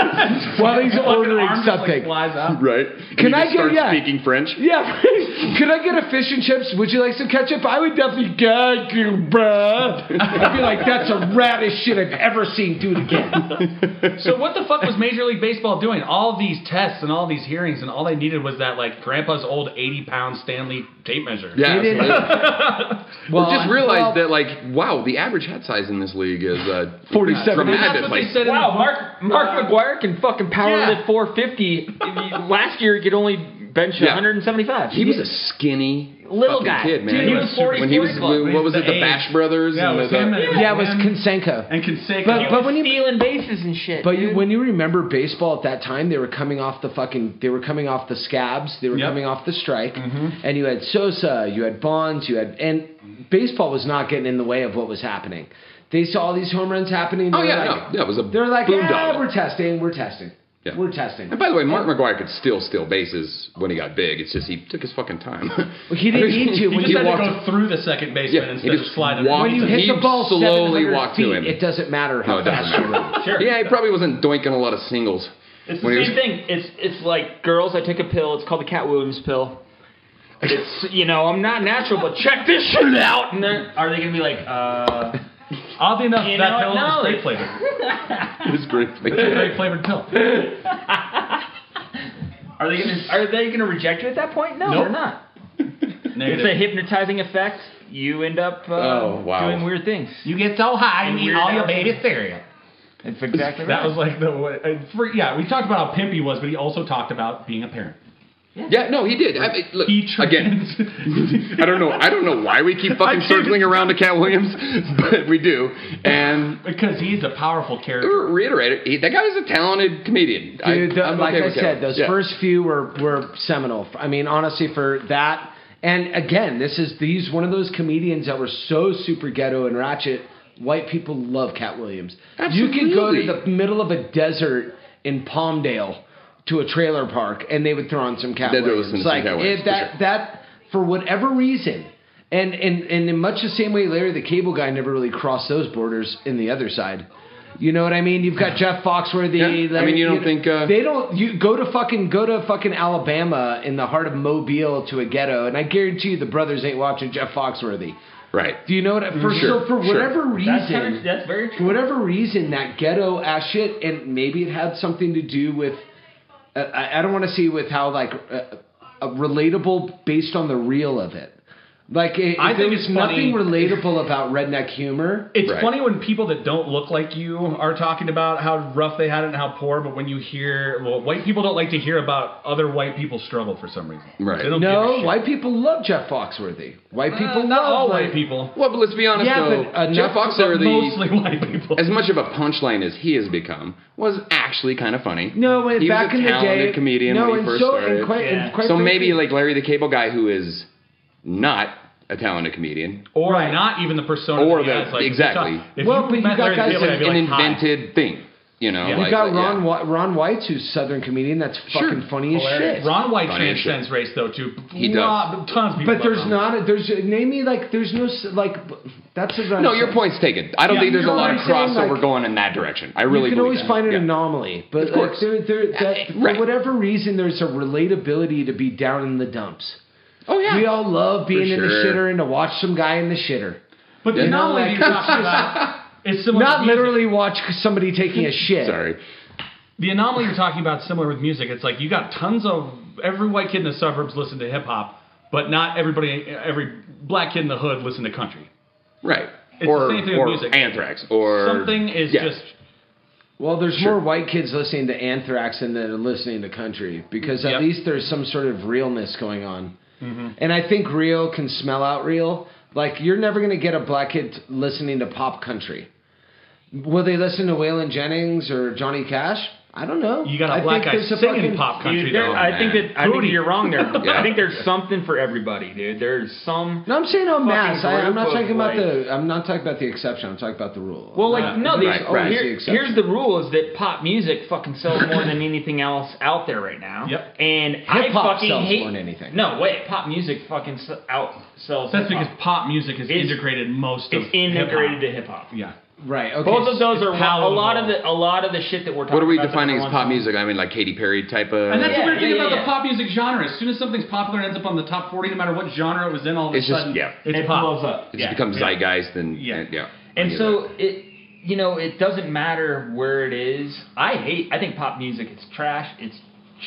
while he's Fucking ordering arm just, something. like, flies out. Right. Can you I just get- start yeah. speaking French? Yeah, could I get a fish and chips? Would you like some ketchup? I would definitely gag you, bruh. I'd be like, that's the raddest shit I've ever seen. Do it again. so what the fuck was Major League Baseball doing? All these tests and all these hearings and all they needed was that like grandpa's old 80 pound Stanley tape measure. Yeah, They didn't- Well, Well, just I- realized well- that like wow, the average hat size in this league is uh, That's Dramatically. what they said wow, Mark Mark McGuire can fucking power Yeah. lift 450. Last year, he could only bench Yeah. 175. He was a skinny Little fucking guy. kid, man. Dude, he was 40 when he was Club. when- what was it, the Age. Bash Brothers? Yeah, it and was the, him and- yeah, it was Conseco. And Conseco. But, but when you stealing bases and shit. But you, dude. when you remember baseball at that time, they were coming off the fucking, they were coming off the scabs, they were coming off the strike, Mm-hmm. and you had Sosa, you had Bonds, you had, and baseball was not getting in the way of what was happening. They saw all these home runs happening. and Oh they were yeah, like, no, yeah, it was a They're like, boondoggle. yeah, we're testing, we're testing, Yeah. we're testing. And by the way, Mark McGuire could still steal bases when he got big. It's just he took his fucking time. he didn't need to He when just you had walked. to go through the second baseman Yeah, he instead of just sliding. walked- when you hit he the ball slowly 700 walked to feet, him. It doesn't matter how No, it fast doesn't you run. matter. Yeah, he probably wasn't doinking a lot of singles. It's the when he same was- thing. It's it's like girls. I take a pill. It's called the Cat Williams pill. It's you know I'm not natural, but check this shit out. And they're, are they gonna be like, uh? Oddly enough, You that know, pill no, is grape it's- flavored. It's great. It's a grape flavored pill. Nope. Are they gonna are they gonna reject you at that point? No, they're not. It's a Negative. hypnotizing effect. You end up uh, Oh, wow. doing weird things. You get so high, And you eat weird all your outcomes. baby cereal. It's exactly That right. was like the way. uh, For, yeah, we talked about how pimp he was, but he also talked about being a parent. Yeah, no, he did. I mean, look, again, I don't know. I don't know why we keep fucking circling around to Cat Williams, but we do. And because he's a powerful character. Reiterate it. He, that guy was a talented comedian. Dude, the- I'm like okay I with Cat said, Williams. those Yeah. first few were were seminal. I mean, honestly, for that. And again, this is these one of those comedians that were so super ghetto and ratchet. White people love Cat Williams. You could go to Absolutely. the middle of a desert in Palmdale to a trailer park, and they would throw on some Cat They'd Williams. listen to some like Cat Williams, if for that that for whatever reason. And, and, and in much the same way, Larry the Cable Guy never really crossed those borders in the other side. You know what I mean? You've got Jeff Foxworthy. Yeah, I Larry- mean, you don't think, uh, they don't. You go to fucking go to fucking Alabama in the heart of Mobile to a ghetto, and I guarantee you the brothers ain't watching Jeff Foxworthy. Right. Do you know what? I- For Sure, so for sure. whatever reason, That's kinda- that's very for whatever reason that ghetto ass shit, and maybe it had something to do with. Uh, I, I don't want to see with how like uh, uh, relatable based on the real of it. Like, it, I there was think it's nothing funny- relatable about redneck humor. It's funny when people that don't look like you are talking about how rough they had it and how poor, but when you hear, well, white people don't like to hear about other white people struggle for some reason. They don't give a No, shit. white people love Jeff Foxworthy. White Uh, people not love all like- white people. Well, but let's be honest Yeah, though, but enough- Jeff Foxworthy, but mostly white people. as much of a punchline as he has become, was actually kind of funny. No, when- he back was in a the talented day- comedian no, when he and first so- and started. quite- and Yeah. quite so frankly- maybe like Larry the Cable Guy, who is not a talented comedian, Or not even the persona. or that he the has, like, if exactly you talk- if Well, but you met got Larry guys David, that- I'd be an like, "Hi." invented thing, you know. You've like- got like, yeah. Ron, Wi- Ron White's who's Southern comedian that's fucking funny as Hilarious. shit. Ron White Funny as shit. transcends race though too. He does. Lot- Tons of people. But there's not. A, there's name me like there's no s- like. That's what I'm No, your saying. point's taken. I don't Yeah, think there's you a know lot what of I'm saying? crossover Like, going in that direction. I really you can believe always that. find an Yeah. anomaly, but like there, there, that, for whatever reason, there's a relatability to be down in the dumps. Oh yeah, we all love being in the sure. shitter and to watch some guy in the shitter. But the You know, anomaly like, you're talking about is similar. not to music. literally watch somebody taking a shit. Sorry. The anomaly you're talking about is similar with music. It's like you got tons of every white kid in the suburbs listen to hip hop, but not everybody, every black kid in the hood listen to country. Right. It's or the same thing or with music. Anthrax or Something is yeah. just Well, there's more white kids listening to Anthrax than they're listening to country because at Yep. least there's some sort of realness going on. Mm-hmm. And I think real can smell out real. Like you're never gonna get a black kid listening to pop country. Will they listen to Waylon Jennings or Johnny Cash? I don't know. You got I a black think guy there's a fucking- singing pop Dude, there- I think that I think Booty. you're wrong there. Yeah. I think there's something for everybody, dude. There's some. No, I'm saying on fucking mass. I, I'm group not of, talking about like- the. I'm not talking about the exception. I'm talking about the rule. Well, like no, there's there's, always here- the exception. here's the rule: is that pop music fucking sells more than anything else out there right now. Yep. And I Hip-hop fucking sells hate more than anything. No way, pop music fucking s- outsells. That's hip-hop. because pop music is integrated most of it's integrated to hip hop. Yeah. Right. Okay. Both of those It's are a lot of the a lot of the shit that we're talking. What are we about that defining as everyone's- pop music? I mean, like Katy Perry type of. And that's the weird Yeah, thing yeah, about yeah. the pop music genre. As soon as something's popular and ends up on the top 40, no matter what genre it was in, all of a It's just- sudden, yeah. it's It pop. blows up. It Yeah. just becomes zeitgeist and yeah. And, yeah. I And get so it, you know, it doesn't matter where it is. I hate. I think pop music. It's trash. It's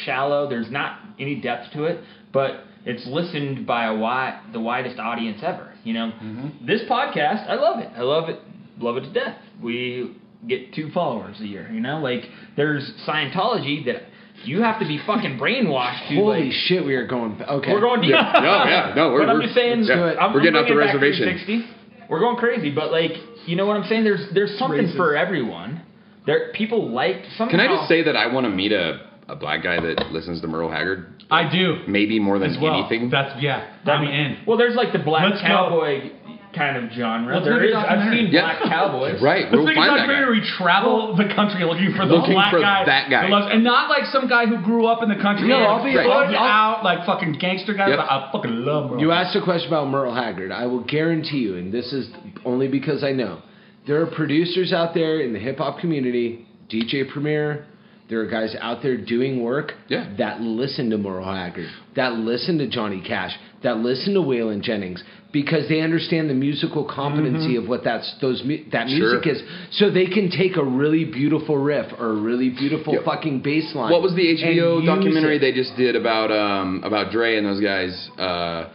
shallow. There's not any depth to it, but it's listened by a wide, the widest audience ever. You know, Mm-hmm. this podcast. I love it. I love it. Love it to death. We get two followers a year. You know, like there's Scientology that you have to be fucking brainwashed to. Holy like, shit, we are going. Okay. We're going deep. Yeah. Oh, but I'm just saying, I'm, we're getting I'm off the bringing back reservation. 360. We're going crazy, but like, you know what I'm saying? There's there's something for everyone. There, people like that. somehow. Can I just say that I want to meet a, a black guy that listens to Merle Haggard? I do. Maybe more than As well. anything. That's yeah. I'm That'd be- in. Well, there's like the black Let's go. cowboy kind of genre. Let's there make a is. I've documentary. seen Yeah. black cowboys. Right, Let's make a documentary where we travel the country looking for the Looking black for guy, that guy. who loves- and not like some guy who grew up in the country. No, and I'll be- was I'll- bugged out like fucking gangster guy. Yep. But I fucking love Merle. You asked a question about Merle Haggard. I will guarantee you, and this is only because I know, there are producers out there in the hip hop community, DJ Premier. There are guys out there doing work Yeah. that listen to Merle Haggard, that listen to Johnny Cash, that listen to Waylon Jennings because they understand the musical competency of what that's those mu- that Mm-hmm. Sure. music is. So they can take a really beautiful riff or a really beautiful fucking bass line. What was the and HBO use documentary it. they just did about um, about Dre and those guys? Uh, I-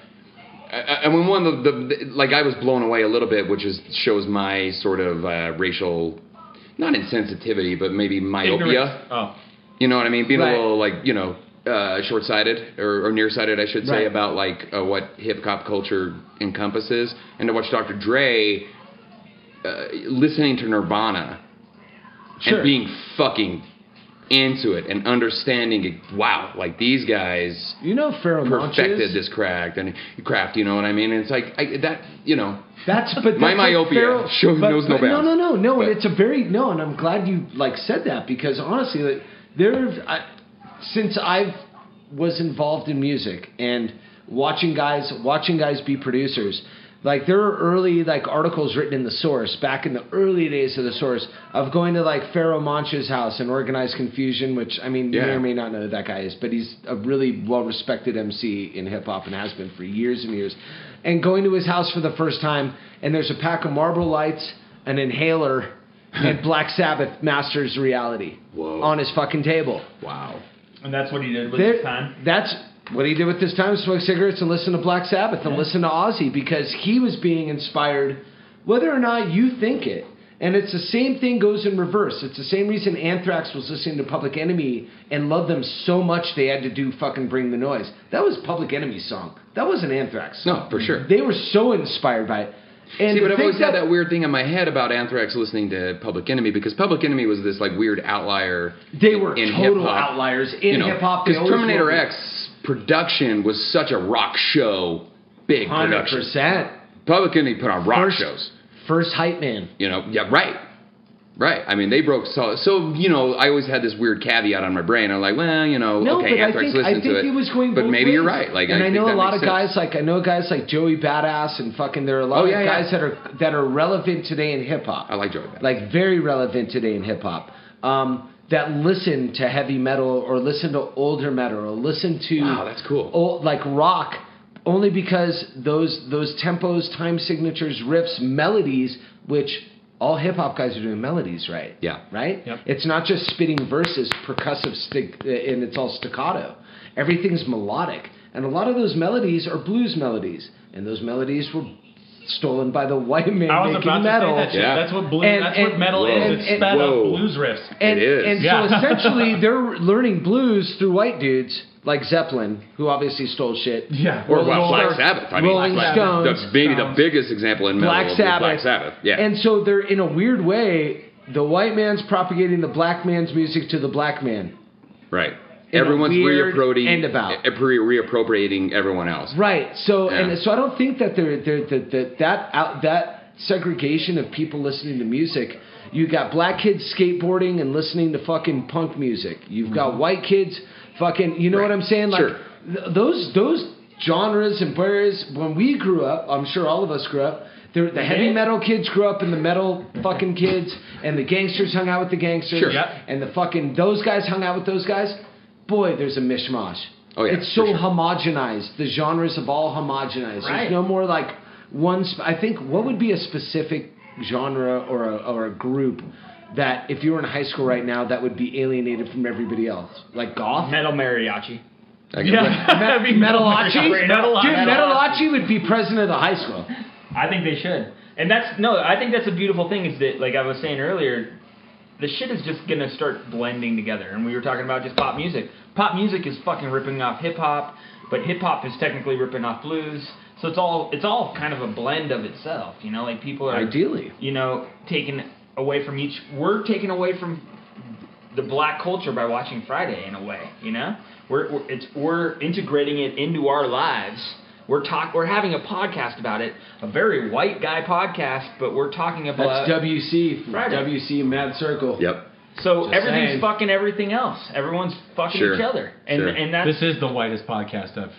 I, I mean, one of the, the like I was blown away a little bit, which is shows my sort of uh, racial, not insensitivity, but maybe myopia. Ignorance. Oh. You know what I mean? Being Right. a little like you know uh, short-sighted or, or nearsighted, I should say, Right. about like uh, what hip hop culture encompasses, and to watch Dr. Dre uh, listening to Nirvana Sure. and being fucking into it and understanding it. Wow, like these guys. You know, Pharaoh perfected this craft and craft. You know what I mean? And it's like I, that. You know, That's but My that's what myopia Farrell- shows- but- knows no but No, bounds. no, no, no. But- and it's a very no, and I'm glad you like said that because honestly, like, there I, since I was involved in music and watching guys watching guys be producers. Like there were early like articles written in the source back in the early days of the source of going to like Pharaoh Mancha's house and organized confusion, which I mean you may Yeah. or may not know who that guy is, but he's a really well respected MC in hip hop and has been for years and years. And going to his house for the first time, and there's a pack of Marlboro lights, an inhaler, and Black Sabbath Masters Reality on his fucking table. Wow. And that's what he did with There- his time. That's What he did with his time was smoke cigarettes and listen to Black Sabbath and listen to Ozzy because he was being inspired, whether or not you think it. And it's the same thing goes in reverse. It's the same reason Anthrax was listening to Public Enemy and loved them so much they had to do fucking Bring the Noise. That was Public Enemy's song. That wasn't Anthrax. No, for sure. They were so inspired by it. And See, to but I've think always had that weird thing in my head about Anthrax listening to Public Enemy because Public Enemy was this like weird outlier. They were in total hip-hop. outliers. In you know, hip-hop, they because always Terminator were. X production was such a rock show, big production. 100%. Public Enemy put on rock shows. First hype man. You know, yeah, right, right. I mean, they broke so so. You know, I always had this weird caveat on my brain. I'm like, well, you know, No, okay, but I Anthrax think, I listened think to it, it was going. but both maybe you're ways. right. Like, and I, think know that a lot of makes sense. guys like I know guys like Joey Badass and fucking there are a lot Oh, of yeah, yeah. guys that are that are relevant today in hip hop. I like Joey. Badass. Like very relevant today in hip hop. Um, that listen to heavy metal or listen to older metal or listen to Wow, that's cool. Old, like rock only because those those tempos, time signatures, riffs, melodies, which all hip hop guys are doing melodies, right? Yeah. Right? It's not just spitting verses, percussive stick, and it's all staccato. Everything's melodic. And a lot of those melodies are blues melodies. And those melodies were stolen by the white man I was making about to metal. say that shit. That's what blues. And- that's and- what metal and- is. It's and- sped Whoa. up blues riffs. And, and so Yeah. essentially, they're learning blues through white dudes like Zeppelin, who obviously stole shit. Yeah. Or Rolling- well, Black Sabbath. I mean, Rolling Black Stones. The, maybe the biggest example in metal Black was Sabbath. Black Sabbath. Yeah. And so they're in a weird way, the white man's propagating the black man's music to the black man. Right. In a Everyone's weird reappropriating and about. eh, pre- reappropriating everyone else. Right. So Yeah. and so I don't think that there there that that that out that segregation of people listening to music. You got black kids skateboarding and listening to fucking punk music. You've got white kids fucking. You know what I'm saying? Like Mm-hmm. Sure. th- those those genres and barriers. When we grew up, I'm sure all of us grew up. There, the heavy Mm-hmm. Yeah. metal kids grew up and the metal fucking kids, and the gangsters hung out with the gangsters, Sure. Yep. and the fucking those guys hung out with those guys. Boy, there's a mishmash. Oh, yeah, it's so for sure. homogenized. The genres have all homogenized. Right. There's no more like one. Sp- I think what would be a specific genre or a, or a group that if you were in high school right now that would be alienated from everybody else, like goth, metal mariachi. I guess. Yeah. That'd be Me- Metalachi. Metalachi. Metalachi. Dude, Metalachi would be president of the high school. I think they should. And that's no, I think that's a beautiful thing is that like I was saying earlier, the shit is just gonna start blending together. And we were talking about just pop music. Pop music is fucking ripping off hip hop, but hip hop is technically ripping off blues. So it's all it's all kind of a blend of itself, you know, like people are Ideally. you know, taken away from each we're taken away from the black culture by watching Friday in a way, you know? We're, we're it's we're integrating it into our lives. We're talk we're having a podcast about it, a very white guy podcast, but we're talking about That's WC, Friday. WC Mad Circle. Yep. so Just everything's saying. fucking everything else. Everyone's fucking Sure. each other. And Sure. and that's This is the whitest podcast I've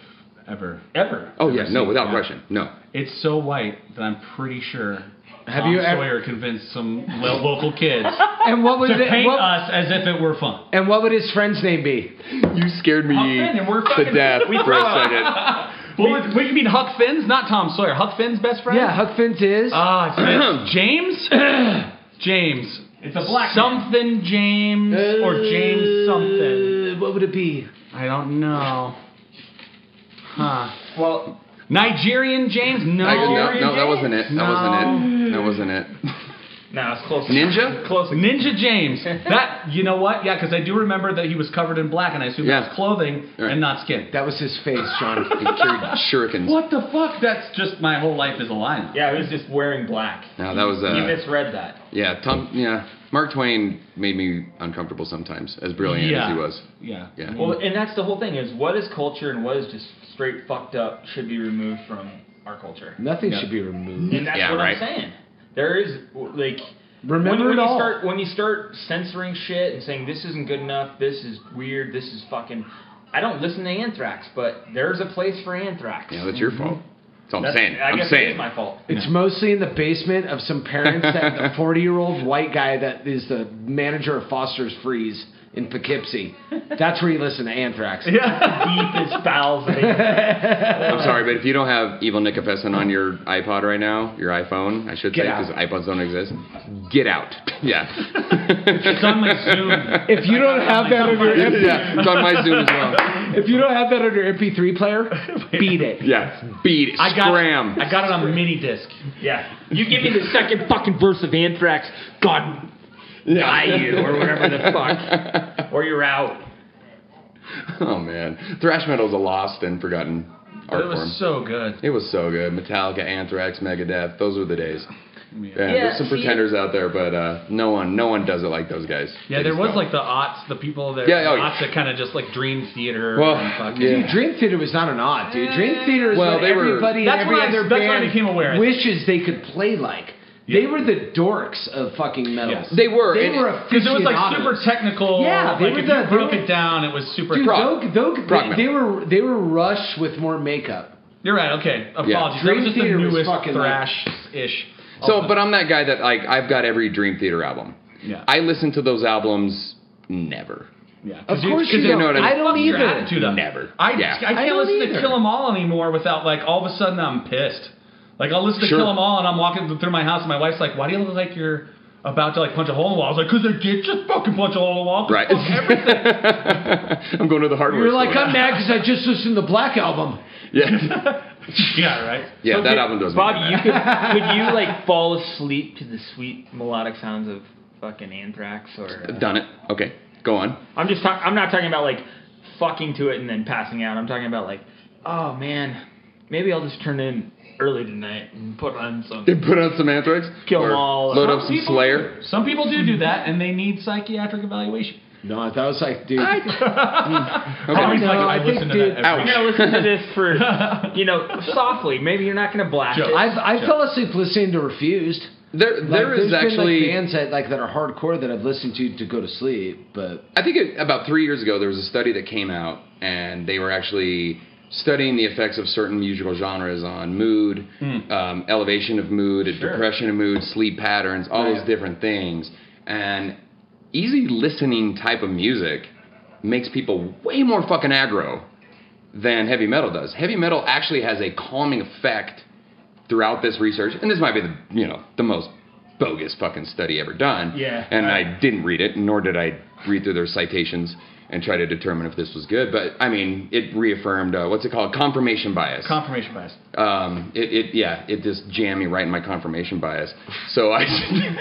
ever ever. Oh ever yeah, no, seen, without yeah. question, no. It's so white that I'm pretty sure. Have Tom you ever- Sawyer convinced some lo- local kids And what would to it- paint what- us as if it were fun? And what would his friend's name be? You scared me Finn, and we're fucking- to death we for a throw out- second. What would, what you mean Huck Finn's? Not Tom Sawyer. Huck Finn's best friend? Yeah, Huck Finn's is. Uh, Ah, it's- James? James. It's a black Something James or James something. What would it be? I don't know. Huh. Well, Nigerian James? No. I- no, no, that wasn't it. That wasn't it. That wasn't it. No, it's close. Ninja? Close. Ninja James. That you know what? Yeah, because I do remember that he was covered in black, and I assume that was clothing and not skin. That was his face, Sean. He carried shurikens. What the fuck? That's just my whole life is a lie now. Yeah, it was just wearing black. No, that was uh, you misread that. yeah, Tom. Yeah, Mark Twain made me uncomfortable sometimes, as brilliant as Yeah. he was. Yeah. Yeah. Well, and that's the whole thing is what is culture and what is just straight fucked up should be removed from our culture. Nothing should be removed. And that's what I'm saying. There is like Remember when, when you it all. start when you start censoring shit and saying this isn't good enough, this is weird, this is fucking. I don't listen to Anthrax, but there's a place for Anthrax. yeah, that's your fault. That's all I'm That's- saying. I I'm guess saying. it is my fault. It's mostly in the basement of some parents that the 40 year old white guy that is the manager of Foster's Freeze in Poughkeepsie. That's where you listen to Anthrax. Deepest bowels of Anthrax. I'm sorry, but if you don't have Evil Nick Nicopessen on your iPod right now, your iPhone, I should Get say, out. because iPods don't exist, get out. Yeah. It's on my Zoom. If you don't have that on your yeah, it's on my Zoom as well. If you don't have that on your MP3 player, beat it. Yeah, beat it. I got, Scram. I got it on mini disc. Yeah. You give me the second fucking verse of Anthrax, God die you, or whatever the fuck. Or you're out. Oh man, thrash metal's a lost and forgotten art it was form. so good. It was so good. Metallica, Anthrax, Megadeth. Those were the days. Yeah, Yeah, there's some see- pretenders out there, but uh, no one, no one does it like those guys. Yeah, They there just was don't. like the aughts, the people that Yeah, oh, yeah. aughts that kind of just like dream theater. Well, and fucking, yeah. Dude, Dream Theater was not an odd, dude. Dream Theater is Well, what they were- everybody That's and every when I- other that's when I band became aware of it. wishes they could play like. They were the dorks of fucking metal. They were. They and- were 'cause it was, like, super technical. Yeah, they like, were if the, you broke they were- it down, it was super. Dude, prog. Doak, Doak, Prog metal. they, they were they were Rush with more makeup. You're right. Okay, apologies. Dream that was just Theater the was newest fucking, like- thrash ish. So, but I'm that guy that like I've got every Dream Theater album. Yeah. I listen to those albums never. Yeah. Of course you don't. I don't Fuck your either. attitude up. Never. I, Yeah. I can't I don't listen either. to Kill 'Em All anymore without like all of a sudden I'm pissed. Like I'll listen to Sure. Kill 'Em All and I'm walking through my house and my wife's like, "Why do you look like you're about to like punch a hole in the wall?" I was like, "Cause I did just fucking punch a hole in the wall." Right. I'm going to the hardware. You're like store. I'm mad because I just listened to Black Album. Yeah. yeah, right. Yeah, that album doesn't. Bob, make me you mad. could, could you like fall asleep to the sweet melodic sounds of fucking Anthrax or? uh, Done it. Okay, go on. I'm just talk- I'm not talking about like fucking to it and then passing out. I'm talking about like, oh man, maybe I'll just turn in early tonight and put on some. You put on some Anthrax. Kill 'em Or all. Load Some up some people- Slayer. Some people do do that and they need psychiatric evaluation. No, that was like, dude. Okay. I know, I think, dude- I'm gonna Ouch. listen to this for you know softly. Maybe you're not gonna blast it. I've, I fell asleep listening to Refused. There, there is actually- been, like, bands that like that are hardcore that I've listened to to go to sleep, but I think it, about three years ago there was a study that came out, and they were actually studying the effects of certain musical genres on mood, um, elevation of mood, depression of mood, sleep patterns, all those different things. And easy listening type of music makes people way more fucking aggro than heavy metal does. Heavy metal actually has a calming effect throughout this research, and this might be the you know the most bogus fucking study ever done. Yeah. And I didn't read it, nor did I read through their citations and try to determine if this was good. But I mean, it reaffirmed uh, what's it called confirmation bias. Confirmation bias. Um, it, it yeah, it just jammed me right in my confirmation bias. So I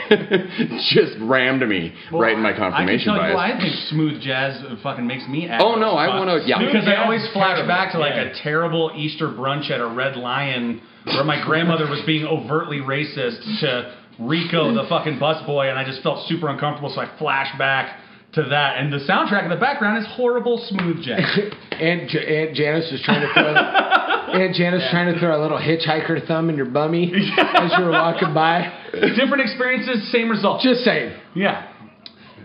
just rammed me right in my confirmation I can tell bias. you why I think smooth jazz fucking makes me. aggro Oh, no, as I fuck. wanna- yeah. because Smooth I always jazz, flash terrible. back to like Yeah. a terrible Easter brunch at a Red Lion where my grandmother was being overtly racist to Rico the fucking busboy, and I just felt super uncomfortable, so I flash back to that. And the soundtrack in the background is horrible smooth jazz. Aunt, J- Aunt Janice was trying to throw Aunt Janice trying to throw a little hitchhiker thumb in your bummy as you were walking by. Different experiences, same result. Just saying. Yeah.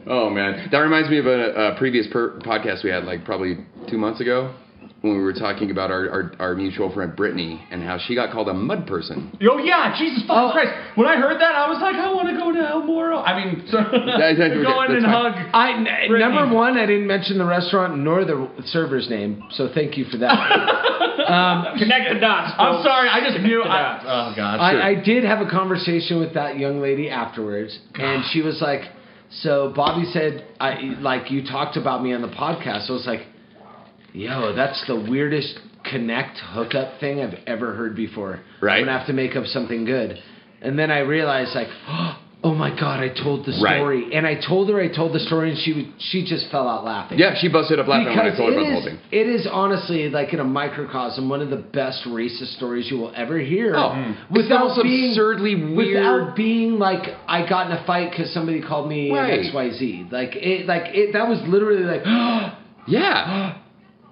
Oh man, that reminds me of a, a previous per- podcast we had, like probably two months ago, when we were talking about our, our, our mutual friend Brittany and how she got called a mud person. Oh yeah, Jesus fucking Christ! When I heard that, I was like, I want to go to El Moro. I mean, exactly, go in that's and fine. hug. I n- number one, I didn't mention the restaurant nor the server's name, so thank you for that. um, Connect the dots. I'm folks. sorry, I just knew. the I, oh god. I, I did have a conversation with that young lady afterwards, and she was like, "So Bobby said, I like you talked about me on the podcast." I was like, "Yo, that's the weirdest connect hookup thing I've ever heard before." Right. I'm gonna have to make up something good, and then I realized like. Oh my God! I told the Right. story, and I told her I told the story, and she would, she just fell out laughing. Yeah, she busted up laughing when I Because told her it about the whole thing. is- It is honestly like in a microcosm one of the best racist stories you will ever hear. Oh, Mm. it's the most absurdly weird- Without being like, I got in a fight because somebody called me an Right. X Y Z. Like it, like it. That was literally like, yeah.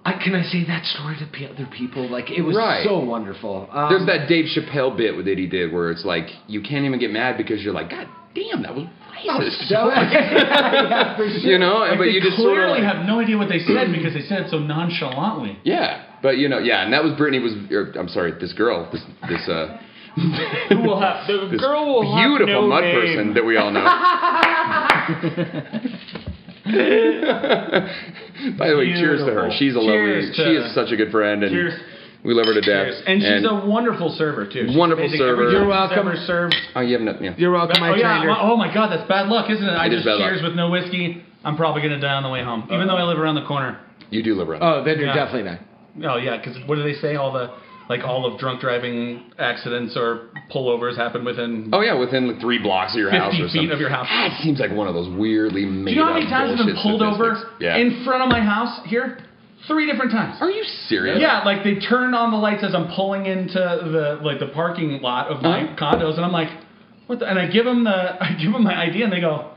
I, can I say that story to pe- other people? Like it was Right. so wonderful. Um, There's that Dave Chappelle bit that he did where it's like you can't even get mad because you're like, God damn, that was racist. So- yeah, for sure. You know, Like, but they you just sort of clearly like- have no idea what they said because they said it so nonchalantly. yeah, but you know, yeah, and that was Brittany was, or, I'm sorry, this girl, this this uh, Who will have the this girl will have beautiful no mud name. person that we all know. By the way, cheers to her. Beautiful. She's a lovely. Cheers to- She is such a good friend, and Cheers. we love her to death. And she's a wonderful server too. She's Wonderful amazing. server. Every You're time she's welcome. ever served. oh, you haven't. Yeah. You're welcome. oh, yeah, my- oh my god, that's bad luck, isn't it? I It is just bad luck. cheers with no whiskey. I'm probably gonna die on the way home, even though I live around the corner. You do live around. Oh, then you're definitely not. No, Oh, yeah, because what do they say? All the like all of drunk driving accidents or pullovers happen within. Oh yeah, within like three blocks of your 50 house or feet something. of your house. That seems like one of those weirdly made Do you know how many up times I've been bullshit pulled over statistics. Yeah. in front of my house here? Three different times. Are you serious? Yeah, like they turn on the lights as I'm pulling into the like the parking lot of my condos, and I'm like, what? The? And I give them the I give them my ID, and they go,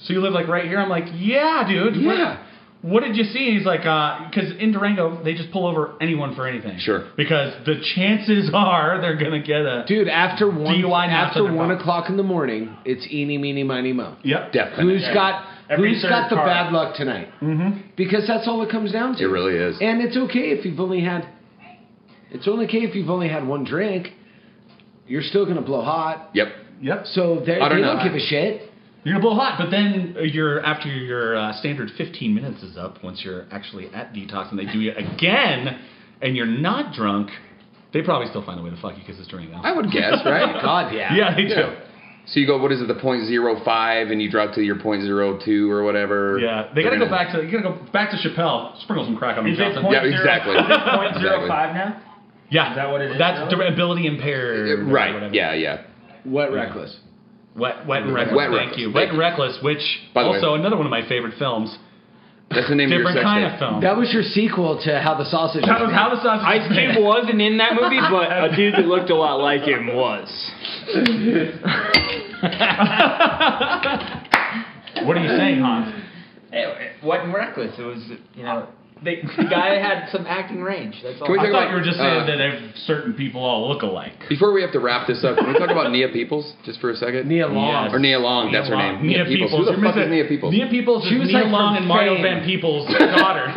so you live like right here? I'm like, yeah, dude. Yeah. What, what did you see? He's like, because in Durango they just pull over anyone for anything. Sure. Because the chances are they're gonna get a dude after one DUI knots after on their one phone. o'clock in the morning, it's eeny, meeny, miny, mo. Yep, definitely. Who's got Every Who's third got the car. bad luck tonight? Mm-hmm. Because that's all it comes down to. It really is. And it's okay if you've only had. It's only okay if you've only had one drink. You're still gonna blow hot. Yep. Yep. So they, I don't they know. don't give a shit. You're gonna blow hot, but then you're after your uh, standard 15 minutes is up. Once you're actually at detox, and they do you again, and you're not drunk, they probably still find a way to fuck you because it's during now. I would guess, right? Yeah, they do. So you go, what is it, the .05, and you drop to your .02 or whatever. Yeah, they They're gotta go gonna- back to you gotta go back to Chappelle, sprinkle some crack on me, Is it Johnson. point Yeah, zero- exactly. is it point Point zero five now. Yeah, Is that what it is? That's really? ability impaired. Right, yeah, yeah. Wet reckless. Wet, wet and reckless. Wet thank Reckless, you. thank Wet you. and reckless, which By the way- also another one of my favorite films. That's the name of your Different sex kind tape. of film. That was your sequel to How the Sausage. That Was was How Made. the Sausage Ice Was Made. Cube wasn't in that movie, but a dude that looked a lot like him was. what are you saying, Hans? It, what in reckless? It was you know the, the guy had some acting range. That's all. Can we I talk thought about, you were just saying uh, that if certain people all look alike. Before we have to wrap this up, can we talk about Nia Peoples just for a second? Nia Long. Yes. Or Nia Long, Nia that's her Long. name. Nia Peoples. Who the You're fuck is missing- Nia Peoples? Nia Peoples is Nia Long and Mario Van Peoples' daughter.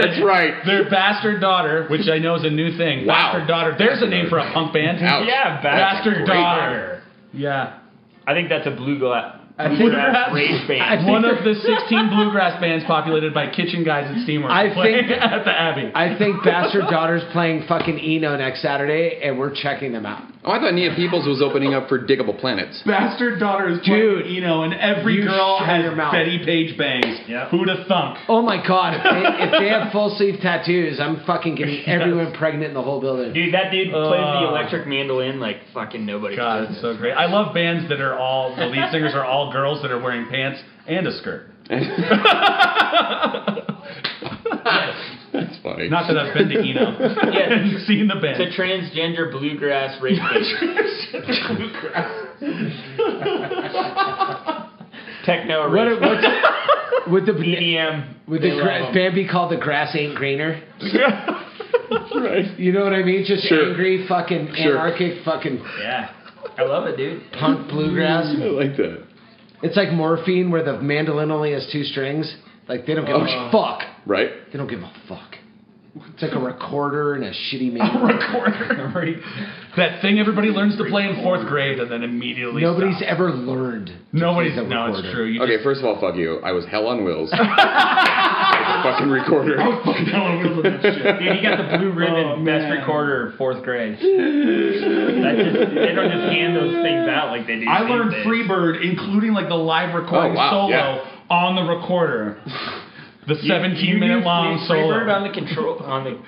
That's right. Their bastard daughter, which I know is a new thing. Wow. Bastard daughter. There's a name for a punk band. Ouch. Yeah, That's a bastard great daughter. Yeah. I think that's a blue glass. I think- bluegrass rage band. One of the 16 bluegrass bands populated by kitchen guys at Steamworks. I playing think at the Abbey. I think Bastard Daughter's playing fucking Eno next Saturday, and we're checking them out. Oh, I thought Nia Peoples was opening up for Diggable Planets. Bastard daughter is dude, you know, and every you girl shut has your mouth. Betty Page bangs. Who'd have thunk? Oh my god, if they, if they have full sleeve tattoos, I'm fucking getting everyone pregnant in the whole building. Dude, that dude plays the Uh. electric mandolin like fucking nobody. God, it's so great. I love bands that are all the lead singers are all girls that are wearing pants and a skirt. That's funny. Not that I've been to Eno. Yeah. and seen the band. It's a transgender bluegrass rage band. Techno What, what's, would the EDM would the E They love gra- 'em. band be called the grass ain't greener? right. You know what I mean? Just Sure. angry, fucking Sure. anarchic, fucking Yeah, I love it, dude. punk bluegrass. I like that. It's like morphine, where the mandolin only has two strings. Like they don't give Oh. a fuck. Right? They don't give a fuck. It's like a recorder and a shitty mandolin. that thing everybody learns to play in fourth grade and then immediately Nobody's stops. ever learned. to Nobody's- play the no, it's recorder. true. okay, first of all, fuck you. I was hell on wheels. With a fucking recorder. Dude, he got the blue ribbon best recorder fourth grade. That just, they don't just hand those things out like they do. I these learned days. Freebird, including like the live recording Oh, wow, solo yeah. on the recorder. The You- 17 you minute use long Free- solo. Freebird on the control on the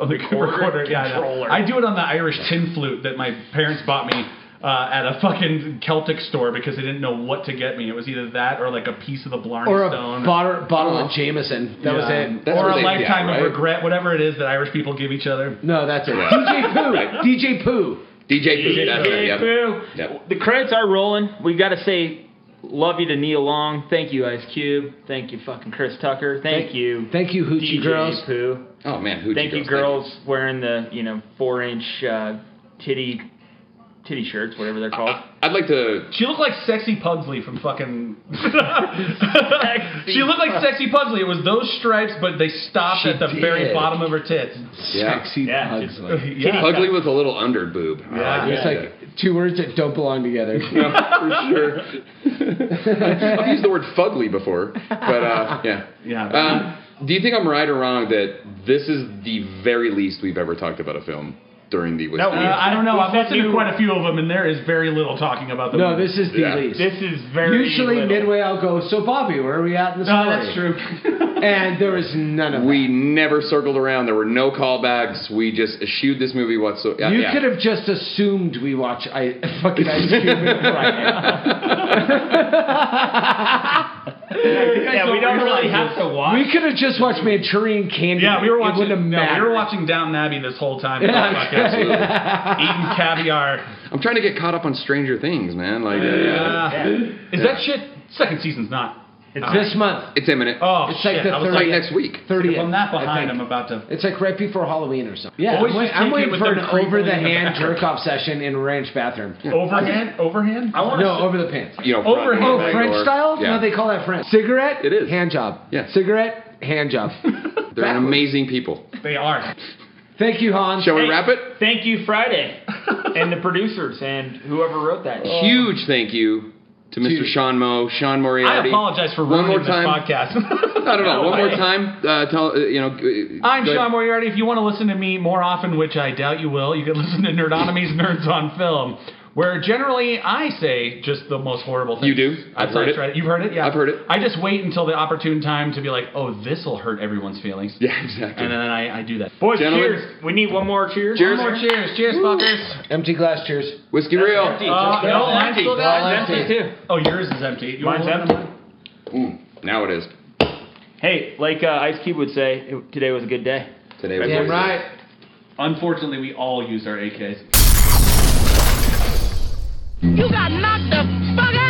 on the Recorder, recorder. Yeah, I know. controller. I do it on the Irish tin flute that my parents bought me uh, at a fucking Celtic store because they didn't know what to get me. It was either that or like a piece of the Blarney Or a Stone. bottle, bottle Oh. of Jameson. That Yeah. was it. or a lifetime of regret, whatever it is that Irish people give each other. No, that's it. DJ Pooh. DJ Pooh. DJ Pooh, that's right, yep. Pooh. The credits are rolling. We got to say love you to Neil Long. Thank you, Ice Cube. Thank you, fucking Chris Tucker. Thank, Thank- you. thank you, Hoochie DJ Girls. Pooh. Oh, man, Hoochie Thank you, girls wearing the you know four inch uh, titty titty shirts, whatever they're called. I'd like to. She looked like Sexy Pugsley from fucking. she looked like Sexy Pugsley. It was those stripes, but they stopped She at the did. very bottom of her tits. Yeah. Sexy Pugsley. Yeah. Pugsley with a little under boob. I Yeah. like It's that. like two words that don't belong together. for sure. I've used the word fugly before, but uh, yeah. Yeah. Um, do you think I'm right or wrong that this is the very least we've ever talked about a film? during the whiskey. That, uh, I don't know. We I've said listened to new- quite a few of them, and there is very little talking about them. No, this is the Yeah. least. This is very Usually little. midway I'll go, so Bobby, where are we at in the story? No, that's Oh, true. and there was none of We never circled around. There were no callbacks. We just eschewed this movie whatsoever. you yeah. could have just assumed we watch I, fucking Ice Cube and Friday. Yeah, we don't really have to watch. We could have just watched Manchurian Candy. Yeah, we were watching. It wouldn't have no, we mattered. were watching Down Abbey this whole time. Yeah, okay. absolutely. Eating caviar. I'm trying to get caught up on Stranger Things, man. Like, uh, Yeah. Is Yeah. that shit? Second season's not. It's out. this month. It's imminent. Oh, It's like shit. the I was 30th. like, next week. 30th, If I'm that I behind, think. I'm about to. It's like right before Halloween or something. Yeah, Always I'm, wait- just I'm take waiting it with for the an creep over the in the hand bathroom. jerk off session in a ranch bathroom. Overhand? Overhand? I No, over the pants. overhand. Oh, French style? No, they call that French. Cigarette? It is. Hand job. Yeah. Cigarette? Hand job. They're an amazing people. They are. Thank you, Hans. Shall we wrap it? Thank you, Friday, and the producers and whoever wrote that. Huge thank you to Mr. Sean Moe, Sean Moriarty. I apologize for One more ruining this time. podcast. Not at all. No One more way. time. Uh, tell, uh, you know, g- I'm go ahead. Sean Moriarty. If you want to listen to me more often, which I doubt you will, you can listen to Nerdonomy's Nerds on Film, where generally I say just the most horrible things. You do? I've That's heard I it. try to- You've heard it? Yeah. I've heard it. I just wait until the opportune time to be like, oh, this will hurt everyone's feelings. Yeah, exactly. And then I, I do that. Boys, cheers. We need one more cheers. Cheers. One more cheers. Cheers, fuckers. Empty glass cheers. Whiskey real. Uh, no, mine's still down. All Mine's empty. empty too. Oh, yours is empty. You want Mine's one? empty. Now it is. Hey, like uh, Ice Cube would say, it- today was a good day. Today was a good right. Unfortunately, we all used our AKs. You got knocked the fuck out!